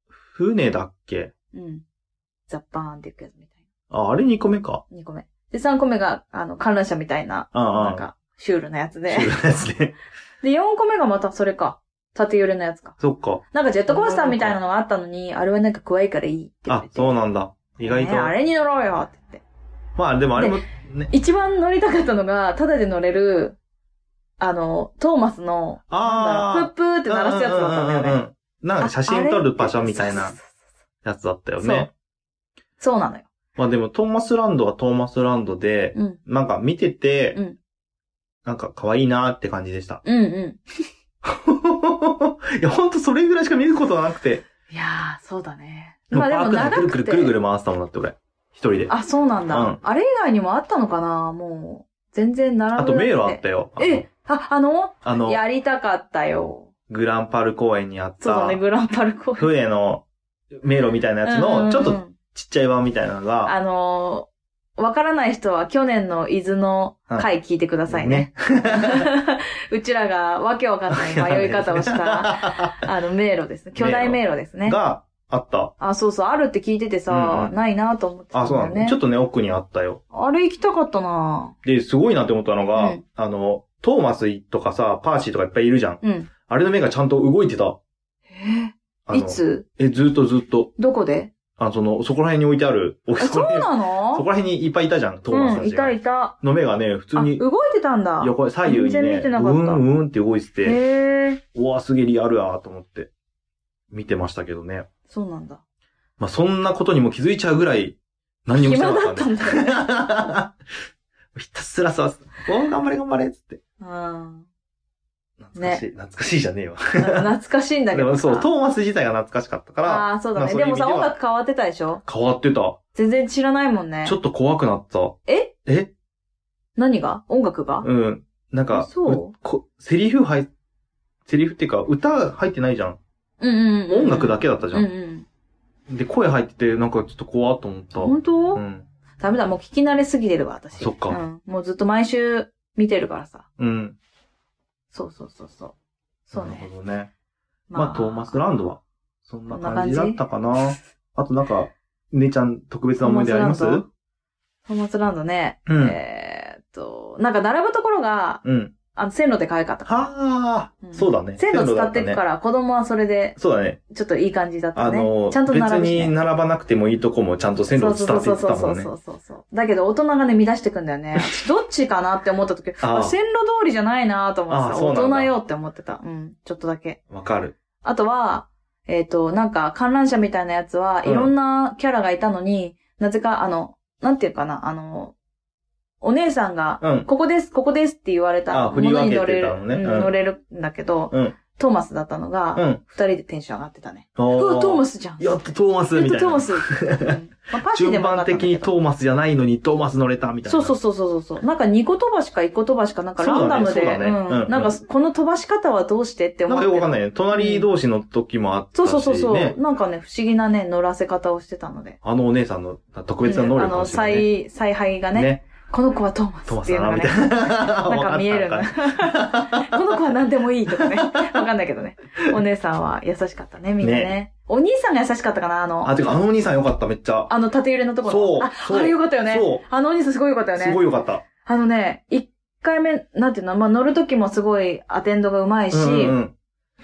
Speaker 2: 船
Speaker 1: 船だっけ
Speaker 2: うん。ザッバーンっていくやつみたい
Speaker 1: あ、あれ2個目か。
Speaker 2: な。2個目。で、3個目が、あの、観覧車みたいな
Speaker 1: ああ、
Speaker 2: なんか、シュールなやつで
Speaker 1: そう。ですね。
Speaker 2: [LAUGHS] で、4個目がまたそれか。縦揺れのやつか。
Speaker 1: そっか。
Speaker 2: なんかジェットコースターみたいなのがあったのに、あれはなんか怖いからいいって言わ
Speaker 1: あ
Speaker 2: れ、て。
Speaker 1: そうなんだ。意外と。
Speaker 2: ねあれに乗ろうよって言って。
Speaker 1: まあでもあれもね。
Speaker 2: 一番乗りたかったのが、タダで乗れる、あの、トーマスの、
Speaker 1: あー
Speaker 2: なんだろうプップーって鳴らすやつだったんだよね。
Speaker 1: ううううんなんか写真撮る場所みたい
Speaker 2: ああ
Speaker 1: な
Speaker 2: れそうそうそう
Speaker 1: やつだったよ
Speaker 2: そう
Speaker 1: ね。
Speaker 2: そうなのよ。
Speaker 1: まあでもトーマスランドはトーマスランドで、
Speaker 2: うん。
Speaker 1: なんか見てて、
Speaker 2: うん。
Speaker 1: なんか可愛いなーって感じでした [LAUGHS]
Speaker 2: うんう
Speaker 1: いや、ほんとそれぐらいしか見ることがなくて。
Speaker 2: ん。いやー、そうだね。
Speaker 1: もう
Speaker 2: まあで
Speaker 1: パ
Speaker 2: も
Speaker 1: ーク内ぐ
Speaker 2: 長
Speaker 1: る
Speaker 2: く
Speaker 1: ぐ
Speaker 2: て。
Speaker 1: るぐるぐる回したもんだって俺。一人で。あ
Speaker 2: あ、そうなんだ。
Speaker 1: うん
Speaker 2: あれ以外にもあったのかなもう、全然並んでなく
Speaker 1: と
Speaker 2: て。
Speaker 1: 迷路あったよ。あの
Speaker 2: え、あ、あの
Speaker 1: あの、
Speaker 2: やりたかったよ。
Speaker 1: グランパル公園にあっ
Speaker 2: そうだ
Speaker 1: た
Speaker 2: ね、、グランパル公園。
Speaker 1: 船の迷路みたいなやつ
Speaker 2: うんうんう
Speaker 1: の、
Speaker 2: ん
Speaker 1: ちょっと、ちっちゃい版みたいなのが、
Speaker 2: あのーわからない人は去年の伊豆の回聞いてくださいね。 [LAUGHS] うちらがわけわかんない迷い方をした、 [LAUGHS] あの、迷路ですね。巨大迷路です
Speaker 1: [LAUGHS]
Speaker 2: ね。
Speaker 1: があった。
Speaker 2: あ、そうそう、あるって聞いててさ、
Speaker 1: うんうん
Speaker 2: ないなと思ってた
Speaker 1: あ、
Speaker 2: ん
Speaker 1: そう
Speaker 2: だ
Speaker 1: な
Speaker 2: よ
Speaker 1: んだ、
Speaker 2: ね。
Speaker 1: ちょっとね、奥にあったよ。
Speaker 2: あれ行きたかったな
Speaker 1: で、すごいなって思ったのが、
Speaker 2: うん
Speaker 1: あの、トーマスとかさ、パーシーとかいっぱいいるじゃん。
Speaker 2: うん。
Speaker 1: あれの目がちゃんと動いてた。
Speaker 2: え
Speaker 1: あの
Speaker 2: ーいつ
Speaker 1: え、ずっとずっと。
Speaker 2: どこで
Speaker 1: あ、その、そこら辺に置いてある、お
Speaker 2: え、そう
Speaker 1: そ
Speaker 2: な
Speaker 1: こ
Speaker 2: の
Speaker 1: ら辺にいっぱいいたじゃん、トーマス
Speaker 2: う
Speaker 1: た
Speaker 2: ん、
Speaker 1: ち
Speaker 2: いた
Speaker 1: が。
Speaker 2: いた。
Speaker 1: の目がね、普通
Speaker 2: あ、
Speaker 1: に、
Speaker 2: 動いてたんだ。
Speaker 1: 横、左右に
Speaker 2: 全然
Speaker 1: ね、
Speaker 2: 見
Speaker 1: う
Speaker 2: てなかった
Speaker 1: んうんって動いてて、
Speaker 2: へえ、
Speaker 1: うわ、すげえリアルやと思って、見てましたけどね。
Speaker 2: そうなんだ。
Speaker 1: まあ、そんなことにも気づいちゃうぐらい、何にもして
Speaker 2: 暇
Speaker 1: なか
Speaker 2: だっ
Speaker 1: った
Speaker 2: た
Speaker 1: んで。
Speaker 2: んだよね。
Speaker 1: [LAUGHS] ひたすらさ、おー頑張れ頑張れっつって。
Speaker 2: うん。
Speaker 1: 懐かしい、懐かしいじゃねえわ。
Speaker 2: 懐かしいんだけ
Speaker 1: で
Speaker 2: ど
Speaker 1: も
Speaker 2: さ。
Speaker 1: そう、トーマス自体が懐かしかったから、
Speaker 2: ああ、そう
Speaker 1: ま
Speaker 2: だ
Speaker 1: あ
Speaker 2: ね。
Speaker 1: そうい
Speaker 2: で
Speaker 1: う意味
Speaker 2: も
Speaker 1: で
Speaker 2: さ、
Speaker 1: は
Speaker 2: 音楽変わってたでしょ
Speaker 1: 変わってた。
Speaker 2: 全然知らないもんね
Speaker 1: ちょ。っと怖くなった。
Speaker 2: え
Speaker 1: え
Speaker 2: 何が音楽が
Speaker 1: うん。なんか、
Speaker 2: そう
Speaker 1: うこセリフ入、セリフっていうか、歌入ってないじゃん。
Speaker 2: うんうんうん。
Speaker 1: 音楽だけだったじゃ。
Speaker 2: うんんうん。
Speaker 1: で、声入ってて、なんかちょっと怖っと思った。
Speaker 2: 本当、
Speaker 1: うん。
Speaker 2: ダメだ、もう聞き慣れすぎてるわ、私。
Speaker 1: そっか
Speaker 2: うん。もうずっと毎週見てるからさ。
Speaker 1: うん。
Speaker 2: そうそうそうそう。そう
Speaker 1: な
Speaker 2: ね
Speaker 1: る。ほどね。まあ、トーマスランドは、そんな
Speaker 2: こんな
Speaker 1: 感
Speaker 2: 感
Speaker 1: じ
Speaker 2: じ
Speaker 1: だったかな。あとなんか、姉ちゃん特別な思い出あります
Speaker 2: トーマスラントーマスランドね。
Speaker 1: うん
Speaker 2: えーっと、なんか並ぶところが、
Speaker 1: うん。
Speaker 2: あの、線路で可愛かったから。
Speaker 1: はあ、
Speaker 2: うん
Speaker 1: そうだね。
Speaker 2: 線路使って
Speaker 1: 線路
Speaker 2: いく
Speaker 1: だ
Speaker 2: か
Speaker 1: たね。
Speaker 2: ら、子供はそれで、
Speaker 1: そうだね。
Speaker 2: ちょっといい感じだった
Speaker 1: あ
Speaker 2: ね。
Speaker 1: の、
Speaker 2: ちゃんと
Speaker 1: 別
Speaker 2: 並ぶし
Speaker 1: に
Speaker 2: ね。
Speaker 1: 並ばなくてもいいとこもちゃんと線路を伝っていってたもんね
Speaker 2: そ。うそうそうそうそうそう。だけど、大人
Speaker 1: [LAUGHS]
Speaker 2: がね、乱してくんだよね。どっちかなって思った時、
Speaker 1: あ
Speaker 2: あ線路通りじゃないなと思って
Speaker 1: あ
Speaker 2: さ、
Speaker 1: そうな
Speaker 2: 大
Speaker 1: んだ
Speaker 2: 人よって思ってた。うん、ちょっとだけ。
Speaker 1: わかる。
Speaker 2: あとは、えっ、と、なんか観覧車みたいなやつは、
Speaker 1: うん
Speaker 2: いろんなキャラがいたのに、なぜか、あの、なんていうかな、あの、お姉さんが、
Speaker 1: うん。
Speaker 2: ここです、ここですって言われ
Speaker 1: あ
Speaker 2: た
Speaker 1: 振
Speaker 2: も
Speaker 1: り
Speaker 2: の
Speaker 1: 分
Speaker 2: に
Speaker 1: け
Speaker 2: 乗
Speaker 1: て
Speaker 2: れ
Speaker 1: た
Speaker 2: る、
Speaker 1: のね
Speaker 2: うん
Speaker 1: うん
Speaker 2: 乗れるんだけど、
Speaker 1: うん
Speaker 2: トーマスだったの
Speaker 1: う
Speaker 2: が、
Speaker 1: ん。
Speaker 2: 二、人でテンション上がってたね。う
Speaker 1: お
Speaker 2: わ、トーマスじゃん。
Speaker 1: やっとトーマス
Speaker 2: やっ
Speaker 1: み
Speaker 2: と
Speaker 1: たい
Speaker 2: トー
Speaker 1: な
Speaker 2: マ。
Speaker 1: [LAUGHS]
Speaker 2: ス。うんまあ、パシー
Speaker 1: 順
Speaker 2: でもよか
Speaker 1: 番
Speaker 2: ったんだ
Speaker 1: 的
Speaker 2: け
Speaker 1: に
Speaker 2: ど。
Speaker 1: トーマスじゃないのにトーマス乗れたみたいな。
Speaker 2: そうそうそうそうそう。なんか2個飛ばしか1個飛ばしか、なんかランダムで、
Speaker 1: そうだねそうだね
Speaker 2: うん
Speaker 1: うん
Speaker 2: なんかこの飛ばし方はどうしてって思
Speaker 1: な
Speaker 2: っ
Speaker 1: ん
Speaker 2: て
Speaker 1: か
Speaker 2: た
Speaker 1: よくわかんないね。隣同士の時もあったし、
Speaker 2: そ
Speaker 1: ね。
Speaker 2: うそうそうそう、なんかね、不思議なね、乗らせ方をしてたので。
Speaker 1: あのお姉さんの特別な能
Speaker 2: うんあ
Speaker 1: 力
Speaker 2: の、
Speaker 1: もしれないね。
Speaker 2: 采、采配がねこの子はトーマス
Speaker 1: トーマ
Speaker 2: っ
Speaker 1: ス
Speaker 2: てい
Speaker 1: だ
Speaker 2: うの
Speaker 1: な、
Speaker 2: が
Speaker 1: み
Speaker 2: ね
Speaker 1: た、いな。 [LAUGHS]
Speaker 2: [LAUGHS] なんか見える
Speaker 1: わ
Speaker 2: の。
Speaker 1: かっ
Speaker 2: [LAUGHS] この子は何でもいいとかね。 [LAUGHS] わかんないけどね。お姉さんは優しかったね、みんなね。お兄さんが優しかったかな、
Speaker 1: た
Speaker 2: あの、
Speaker 1: あ、てか、あのお兄さんよかった、めっちゃ。
Speaker 2: あの縦揺れのところ。
Speaker 1: そう
Speaker 2: あ、
Speaker 1: そう
Speaker 2: あれよかったよね
Speaker 1: そ。
Speaker 2: あのお兄さんすごいよかったよね。
Speaker 1: すごいよかった。
Speaker 2: あのね、一回目、なんていうの、まあ、乗るときもすごいアテンドがうまいし、
Speaker 1: うん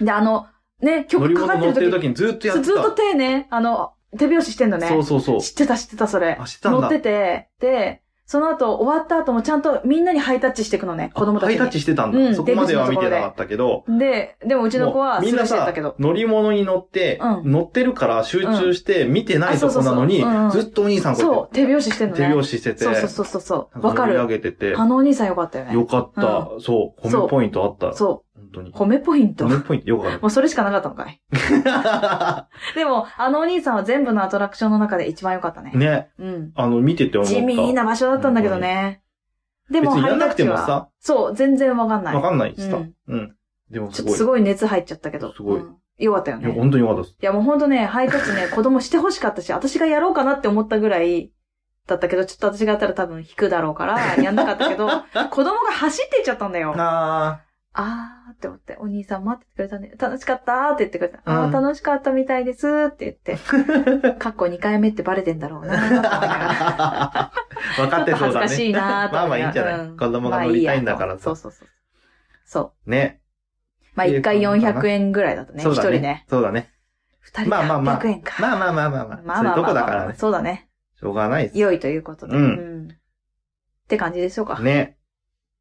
Speaker 1: うん
Speaker 2: で、あの、ね、
Speaker 1: 乗
Speaker 2: 曲
Speaker 1: り
Speaker 2: かか
Speaker 1: 物
Speaker 2: っ
Speaker 1: 乗ってて
Speaker 2: る
Speaker 1: る
Speaker 2: と
Speaker 1: 時にずっと
Speaker 2: き、
Speaker 1: やって
Speaker 2: ず
Speaker 1: た。
Speaker 2: ずっと手ね、あの、手拍子してんのね。
Speaker 1: そうそうそう。
Speaker 2: 知ってた、知ってた、それ。
Speaker 1: あ知ってたんだ
Speaker 2: 乗ってて、で、その後、終わった後もちゃんとみんなにハイタッチしていくのね、子供た
Speaker 1: ハ
Speaker 2: ちに。
Speaker 1: イタッチしてたんだ。
Speaker 2: うん
Speaker 1: そこまでは見てなかったけど。
Speaker 2: で、でもう
Speaker 1: う
Speaker 2: ちの子は
Speaker 1: みん
Speaker 2: スルー
Speaker 1: な
Speaker 2: して
Speaker 1: さ
Speaker 2: たけど、。
Speaker 1: 乗り物に乗って、
Speaker 2: う
Speaker 1: 乗ってるから集中して見てないとこなのに、
Speaker 2: あそうそうそううんうん
Speaker 1: ずっとお兄さんこうや
Speaker 2: そ
Speaker 1: っ
Speaker 2: う、手拍子してんの
Speaker 1: て
Speaker 2: ね。
Speaker 1: 手拍子してて、
Speaker 2: そうそうそうそう。
Speaker 1: な
Speaker 2: わ
Speaker 1: んか
Speaker 2: か
Speaker 1: 乗り上
Speaker 2: る。
Speaker 1: げてて、
Speaker 2: あのお兄さんよかったよね。
Speaker 1: よかった、そう、褒めポイントあった。
Speaker 2: そ
Speaker 1: 本当に。
Speaker 2: う、褒めポイント。
Speaker 1: 褒め
Speaker 2: も
Speaker 1: ポイントよかっ
Speaker 2: うそれしかなかったのかい。
Speaker 1: た。
Speaker 2: でも、あのお兄さんは全部のアトラクションの中で一番良かったね。
Speaker 1: ね、
Speaker 2: うん。
Speaker 1: あの、見てて思った。
Speaker 2: 地味な場所だったんだけどね。で
Speaker 1: 別
Speaker 2: も、
Speaker 1: に
Speaker 2: ハ
Speaker 1: や
Speaker 2: イ
Speaker 1: ん
Speaker 2: タ
Speaker 1: なく
Speaker 2: ッチ
Speaker 1: ても
Speaker 2: は。
Speaker 1: さ、
Speaker 2: そう、全然わかんない。
Speaker 1: わかんないしさ。
Speaker 2: う
Speaker 1: うん
Speaker 2: ん。
Speaker 1: でも
Speaker 2: ち
Speaker 1: す
Speaker 2: ょっと
Speaker 1: ごい。
Speaker 2: すごい熱入っちゃったけど。
Speaker 1: すごい
Speaker 2: うんよかったよ
Speaker 1: いや、
Speaker 2: ね。
Speaker 1: 本当によかったです。
Speaker 2: いや、もうほんとね、ハイタッチ
Speaker 1: [LAUGHS]
Speaker 2: ね、子供して欲しかったし、私がやろうかなって思ったぐらいだったけど、ちょっと私がやったら多分引くだろうから、やんなかっ
Speaker 1: [LAUGHS]
Speaker 2: たけど、子供が走っていっちゃったんだよ。
Speaker 1: あ
Speaker 2: あーって思って、お兄さん待っててくれたんで、楽しかったーって言ってくれた。あ
Speaker 1: うん
Speaker 2: ー楽しかったみたいですーって言
Speaker 1: [LAUGHS]
Speaker 2: って、かっこ2回目ってバレてんだろうなーと思いながら
Speaker 1: あ。 [LAUGHS] 分
Speaker 2: ちょ
Speaker 1: かっ
Speaker 2: ってと
Speaker 1: そう
Speaker 2: 恥ず
Speaker 1: だ
Speaker 2: か
Speaker 1: ね。
Speaker 2: しいなーと
Speaker 1: まあま
Speaker 2: 思
Speaker 1: あいいんじゃない子供が乗りたいんだからさ
Speaker 2: まあいいやとそうそうそう。そう。
Speaker 1: ね。
Speaker 2: まあ一回400円ぐらいだとね、
Speaker 1: そ
Speaker 2: 一
Speaker 1: うだ
Speaker 2: 人
Speaker 1: ね。
Speaker 2: ね。
Speaker 1: そうだね。
Speaker 2: 二人で
Speaker 1: まあまあまあ
Speaker 2: 800円か。
Speaker 1: まあまあまあまあまあ。
Speaker 2: まあ
Speaker 1: そうい
Speaker 2: ま
Speaker 1: う
Speaker 2: あ
Speaker 1: と
Speaker 2: まあ
Speaker 1: こ
Speaker 2: ま
Speaker 1: だ
Speaker 2: あ
Speaker 1: か
Speaker 2: ま
Speaker 1: ら
Speaker 2: あ。
Speaker 1: ね。
Speaker 2: そうだね。
Speaker 1: しょうがないです。
Speaker 2: 良いということで。
Speaker 1: うん
Speaker 2: んって感じでしょうか。
Speaker 1: ね。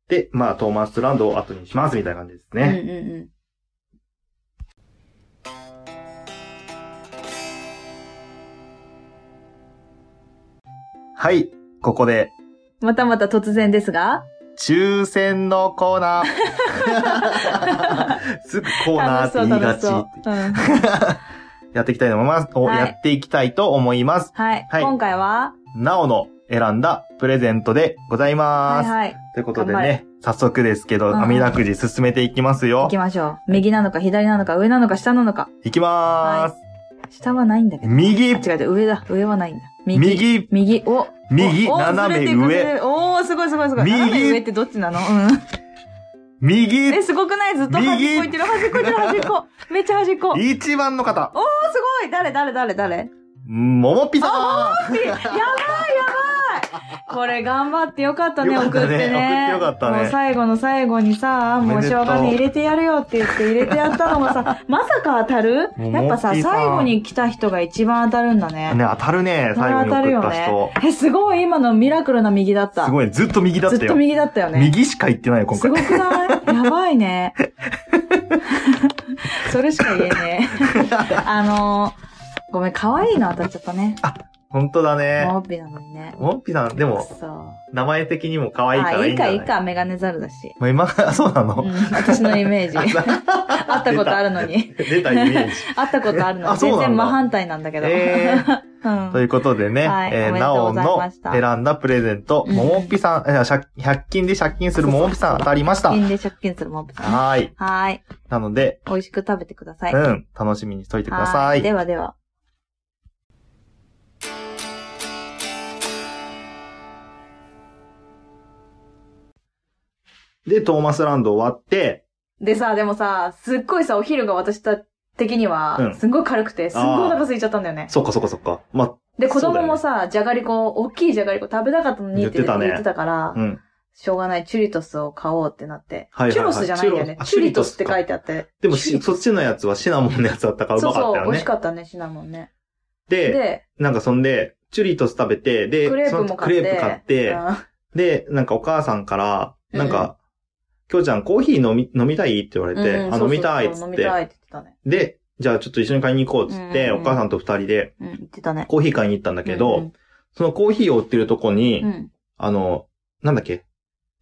Speaker 1: で、まあ、トーマスランドを後にしますみたいな感じです
Speaker 2: うん
Speaker 1: ね。
Speaker 2: うんうん。
Speaker 1: はい。ここで、
Speaker 2: またまた突然ですが、
Speaker 1: 抽選のコーナー。
Speaker 2: [LAUGHS]
Speaker 1: すぐコーナーって言いがちって。
Speaker 2: うん
Speaker 1: やっていきたいと思います。お
Speaker 2: はい
Speaker 1: やっていきたいと思います。
Speaker 2: はい。
Speaker 1: はい
Speaker 2: 今回は、
Speaker 1: なおの選んだプレゼントでございま
Speaker 2: はい
Speaker 1: す。
Speaker 2: はい。
Speaker 1: ということで
Speaker 2: 頑張
Speaker 1: ね、早速ですけど、
Speaker 2: うん
Speaker 1: あみだくじ進めていきますよ
Speaker 2: 行き。ましょう。右なのか左なのか上なのか下なのか。
Speaker 1: いきまーす。
Speaker 2: 下はないんだけど。
Speaker 1: 右
Speaker 2: あ、違う違う、上だ。上はないんだ。
Speaker 1: 右
Speaker 2: 右、お。
Speaker 1: 右
Speaker 2: おお
Speaker 1: 斜め。
Speaker 2: ずれて
Speaker 1: 上
Speaker 2: いくおー、すごいすごいすごい。
Speaker 1: 右
Speaker 2: 斜め上ってどっちなのうん。
Speaker 1: 右
Speaker 2: え、すごくないずっと端っこ行ってる、端っこ行ってる、端っこ。めっちゃ端っこ。おー、す
Speaker 1: 一番の方
Speaker 2: ごい誰誰誰誰
Speaker 1: ももっぴさん
Speaker 2: やばいやばいこれ頑張ってよかったね、
Speaker 1: よか
Speaker 2: 送
Speaker 1: っ
Speaker 2: って
Speaker 1: たね
Speaker 2: ね。
Speaker 1: 送ってよかったね
Speaker 2: もう最後の最後にさ、も
Speaker 1: お
Speaker 2: う
Speaker 1: めで
Speaker 2: し
Speaker 1: とう
Speaker 2: ょうがねえ、入れてやるよって言って入れてやったの
Speaker 1: [LAUGHS]
Speaker 2: がさ、まさか当たる
Speaker 1: もう
Speaker 2: やっぱ
Speaker 1: モッ
Speaker 2: さ、
Speaker 1: キーさん
Speaker 2: 最後に来た人が一番当たるんだね。
Speaker 1: ね、当たるね、
Speaker 2: これ
Speaker 1: 最後に
Speaker 2: 当た
Speaker 1: 送
Speaker 2: る
Speaker 1: っ
Speaker 2: よ
Speaker 1: た
Speaker 2: ね
Speaker 1: 人。。
Speaker 2: え、すごい、今のミラクルな右だった。
Speaker 1: すごい、ずっと右だっ
Speaker 2: ずったと
Speaker 1: よ。
Speaker 2: 右だったよね。
Speaker 1: 右しか行ってないよ、今
Speaker 2: す
Speaker 1: 回
Speaker 2: ご。くないやば
Speaker 1: [LAUGHS]
Speaker 2: いね。それしか言えねえ。あのー、ごめん、可愛いの当たっちゃったね。
Speaker 1: 本当だね。
Speaker 2: モッピなのにね。
Speaker 1: モンピさん、で
Speaker 2: く
Speaker 1: も、
Speaker 2: そう。
Speaker 1: 名前的にも可愛いか
Speaker 2: あ、
Speaker 1: らい
Speaker 2: い
Speaker 1: い
Speaker 2: い
Speaker 1: んじゃ
Speaker 2: か、
Speaker 1: ない
Speaker 2: いいか、メガネザルだし。
Speaker 1: まあ今 [LAUGHS] から、そうな
Speaker 2: う
Speaker 1: の
Speaker 2: ん、私のイメージ。会
Speaker 1: 会
Speaker 2: ったことあるのに。
Speaker 1: 出たイメー
Speaker 2: [LAUGHS]
Speaker 1: ジ。
Speaker 2: 会ったことあるの
Speaker 1: あ
Speaker 2: に。
Speaker 1: そうな
Speaker 2: 全
Speaker 1: んだ
Speaker 2: 然真反対なんだけど。
Speaker 1: えー
Speaker 2: うん
Speaker 1: ということでね、
Speaker 2: はい
Speaker 1: えー、
Speaker 2: おめで
Speaker 1: な
Speaker 2: とう
Speaker 1: お
Speaker 2: ござい
Speaker 1: の
Speaker 2: ました
Speaker 1: 選んだプレゼント、
Speaker 2: うん
Speaker 1: ももぴさん、えー借100均で借金するももぴさん当たりました。は
Speaker 2: 金で借金するモッピさん。
Speaker 1: ーい。
Speaker 2: はーい。
Speaker 1: なので、
Speaker 2: 美味しく食べてください。
Speaker 1: うん、楽しみにしといてくだ
Speaker 2: は
Speaker 1: さ
Speaker 2: ー
Speaker 1: い。
Speaker 2: ではでは。
Speaker 1: で、トーマスランド終わって、
Speaker 2: でさ、でもさ、すっごいさ、お昼が私た的に
Speaker 1: う
Speaker 2: は
Speaker 1: ん、
Speaker 2: すっごい軽くて、すっごいお腹空いちゃったんだよね。
Speaker 1: そっかそっかそっか。ま
Speaker 2: で、子供もさ、じゃがりこ、大きいじゃがりこ食べたかったのにって
Speaker 1: 言ってたね
Speaker 2: 言ってたから
Speaker 1: あ、う、ん。
Speaker 2: しょうがない、チュリトスを買おうってなって。
Speaker 1: はいはいはい
Speaker 2: チュロスじゃないんだよね
Speaker 1: チュロ。スあ
Speaker 2: チュリトスっ
Speaker 1: チ
Speaker 2: て
Speaker 1: ュリトスか
Speaker 2: 書いてあって。
Speaker 1: でも
Speaker 2: チュ
Speaker 1: し、
Speaker 2: リト
Speaker 1: そっちのやつはシナモンのやつだったからう
Speaker 2: そう
Speaker 1: まかっ
Speaker 2: そ
Speaker 1: た
Speaker 2: う、
Speaker 1: よ
Speaker 2: 美味
Speaker 1: ね
Speaker 2: し。かったね、シナモンね。
Speaker 1: で、
Speaker 2: で、
Speaker 1: なんかそんで、チュリトス食べて、で、
Speaker 2: クレープ
Speaker 1: その
Speaker 2: も
Speaker 1: ク
Speaker 2: 買
Speaker 1: レ
Speaker 2: って。
Speaker 1: ープ買って、で、なんかお母さんから、なん
Speaker 2: うん
Speaker 1: か、きょうちゃんコーヒー飲み、飲みたいって言われて、
Speaker 2: うんうん
Speaker 1: あ、
Speaker 2: そうそうそう
Speaker 1: 飲みたいっつ
Speaker 2: 飲
Speaker 1: っ
Speaker 2: み
Speaker 1: て、
Speaker 2: たいって言ってたね。
Speaker 1: で、じゃあちょっと一緒に買いに行こうっつって、
Speaker 2: うんうん
Speaker 1: お母さんと二人で
Speaker 2: うん、言ってたね。
Speaker 1: コーヒー買いに行ったんだけど、
Speaker 2: うん
Speaker 1: そのコーヒーを売ってるとこに、
Speaker 2: うん、うん。
Speaker 1: あの、なんだっけ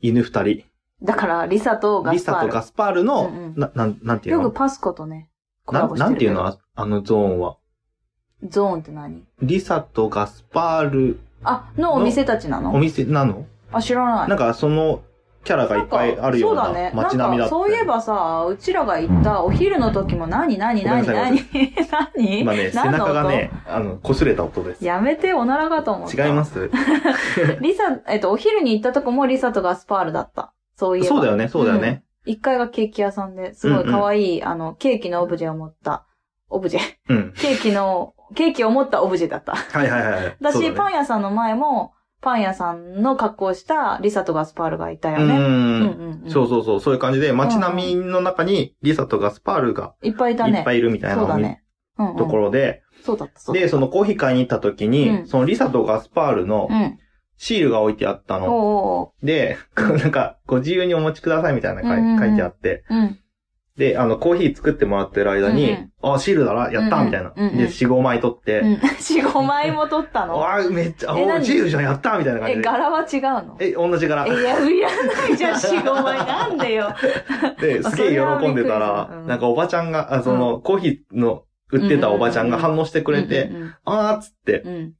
Speaker 1: 犬二人。
Speaker 2: だから、リサとガ
Speaker 1: リ
Speaker 2: スパ
Speaker 1: サ
Speaker 2: ー
Speaker 1: と
Speaker 2: ル。
Speaker 1: ガスパールの、
Speaker 2: うんうん
Speaker 1: な、なん、なんていう
Speaker 2: よく
Speaker 1: の
Speaker 2: パスコとね、コラ
Speaker 1: な
Speaker 2: ボしてる。
Speaker 1: なんていうのああのゾーンは。
Speaker 2: ゾーンって何
Speaker 1: リサとガスパール、
Speaker 2: あ、のお店たちな
Speaker 1: お
Speaker 2: の
Speaker 1: 店なの
Speaker 2: あ、知らない。
Speaker 1: なんかそのキャラがいっぱいあるような街並みだった。
Speaker 2: そうだね。なんかそういえばさ、うちらが行ったお昼の時も何何何
Speaker 1: ごめんなさい
Speaker 2: 何何
Speaker 1: 今ね、背
Speaker 2: 何の
Speaker 1: 中
Speaker 2: 音
Speaker 1: がね、あの、擦れた音です。
Speaker 2: やめて、おならかと思った。
Speaker 1: 違います
Speaker 2: リサ、えっと、お昼に行ったとこもリサとガスパールだった。そういえば。
Speaker 1: そうだよね、そうだよね。
Speaker 2: 一階がケーキ屋さんで、すごい可愛い、あの、ケーキのオブジェを持った、オブジェ。
Speaker 1: うん。
Speaker 2: ケーキの、 [LAUGHS] ケーキを持ったオブジェだった。
Speaker 1: はいはいはいはい。
Speaker 2: だし、
Speaker 1: そうね
Speaker 2: パン屋さんの前も、パン屋さんの格好をしたリサとガスパールがいたよ
Speaker 1: う。
Speaker 2: ね。うんん
Speaker 1: そうそうそう、そういう感じで、街並みの中に、リサとガスパールが
Speaker 2: う。いっぱいいた
Speaker 1: い
Speaker 2: ね。
Speaker 1: っぱいいるみたい
Speaker 2: そう
Speaker 1: な
Speaker 2: だね。うん、うん。
Speaker 1: ところで、
Speaker 2: そうだった、そうだった。
Speaker 1: で、そのコーヒー買いに行った時
Speaker 2: う
Speaker 1: に、
Speaker 2: ん
Speaker 1: そのリサとガスパールの
Speaker 2: うん。
Speaker 1: シールが置いてあった
Speaker 2: おう
Speaker 1: の。
Speaker 2: お
Speaker 1: で、なんか、ご自由にお持ちくださいみたいな書
Speaker 2: うんうんう
Speaker 1: い
Speaker 2: ん
Speaker 1: 書いてあって、
Speaker 2: うおう。うん。
Speaker 1: で、あの、コーヒー作ってもらってる間に
Speaker 2: うん、
Speaker 1: あ、シールだな、やっ
Speaker 2: うん
Speaker 1: た
Speaker 2: うん
Speaker 1: みたいな。
Speaker 2: うんうん
Speaker 1: で、4、5枚取って、
Speaker 2: うん。4、5枚も取ったの。
Speaker 1: わあめっちゃ、
Speaker 2: え
Speaker 1: おー
Speaker 2: 何
Speaker 1: 自由じゃん、やったみたいな感
Speaker 2: え、
Speaker 1: じで。
Speaker 2: 柄は違うの
Speaker 1: え、同じ柄
Speaker 2: え、。いや、売らないじゃん、4、5枚。
Speaker 1: [LAUGHS]
Speaker 2: なんでよ。
Speaker 1: で、
Speaker 2: あ
Speaker 1: すげえ喜んでた
Speaker 2: それは
Speaker 1: ら
Speaker 2: びっくりしたう、ん
Speaker 1: なんかおばちゃんが、あその、コーヒーの売ってたおばちゃんが反応してくれて、
Speaker 2: うん
Speaker 1: あーっつって、
Speaker 2: うんうん。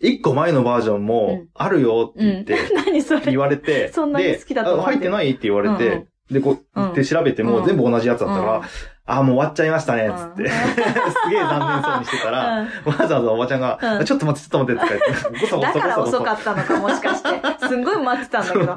Speaker 1: 一個前のバージョン
Speaker 2: う
Speaker 1: も
Speaker 2: ん
Speaker 1: あるよって
Speaker 2: う
Speaker 1: 言っ
Speaker 2: ん。
Speaker 1: て、
Speaker 2: 何それ
Speaker 1: 言。われて、
Speaker 2: [LAUGHS] そんなに好きだと
Speaker 1: であ
Speaker 2: 思って
Speaker 1: 入ってないって言われて、で、こう、
Speaker 2: うん
Speaker 1: 行って調べても、
Speaker 2: うん
Speaker 1: 全部同じやつだったから、
Speaker 2: うん
Speaker 1: あ、もう終わっちゃいましたね、
Speaker 2: うん
Speaker 1: つって。 [LAUGHS] すげえ残念そうにしてた
Speaker 2: う [LAUGHS]
Speaker 1: ら、
Speaker 2: ん
Speaker 1: わざわざおばちゃんが、
Speaker 2: うん
Speaker 1: ちょっと待って、ちょっと待って、とか言って、ごそご
Speaker 2: だ
Speaker 1: そ
Speaker 2: から
Speaker 1: ごそ
Speaker 2: 遅
Speaker 1: ご
Speaker 2: かったのか、もしかして。すんごい待ってたんだけど。うん。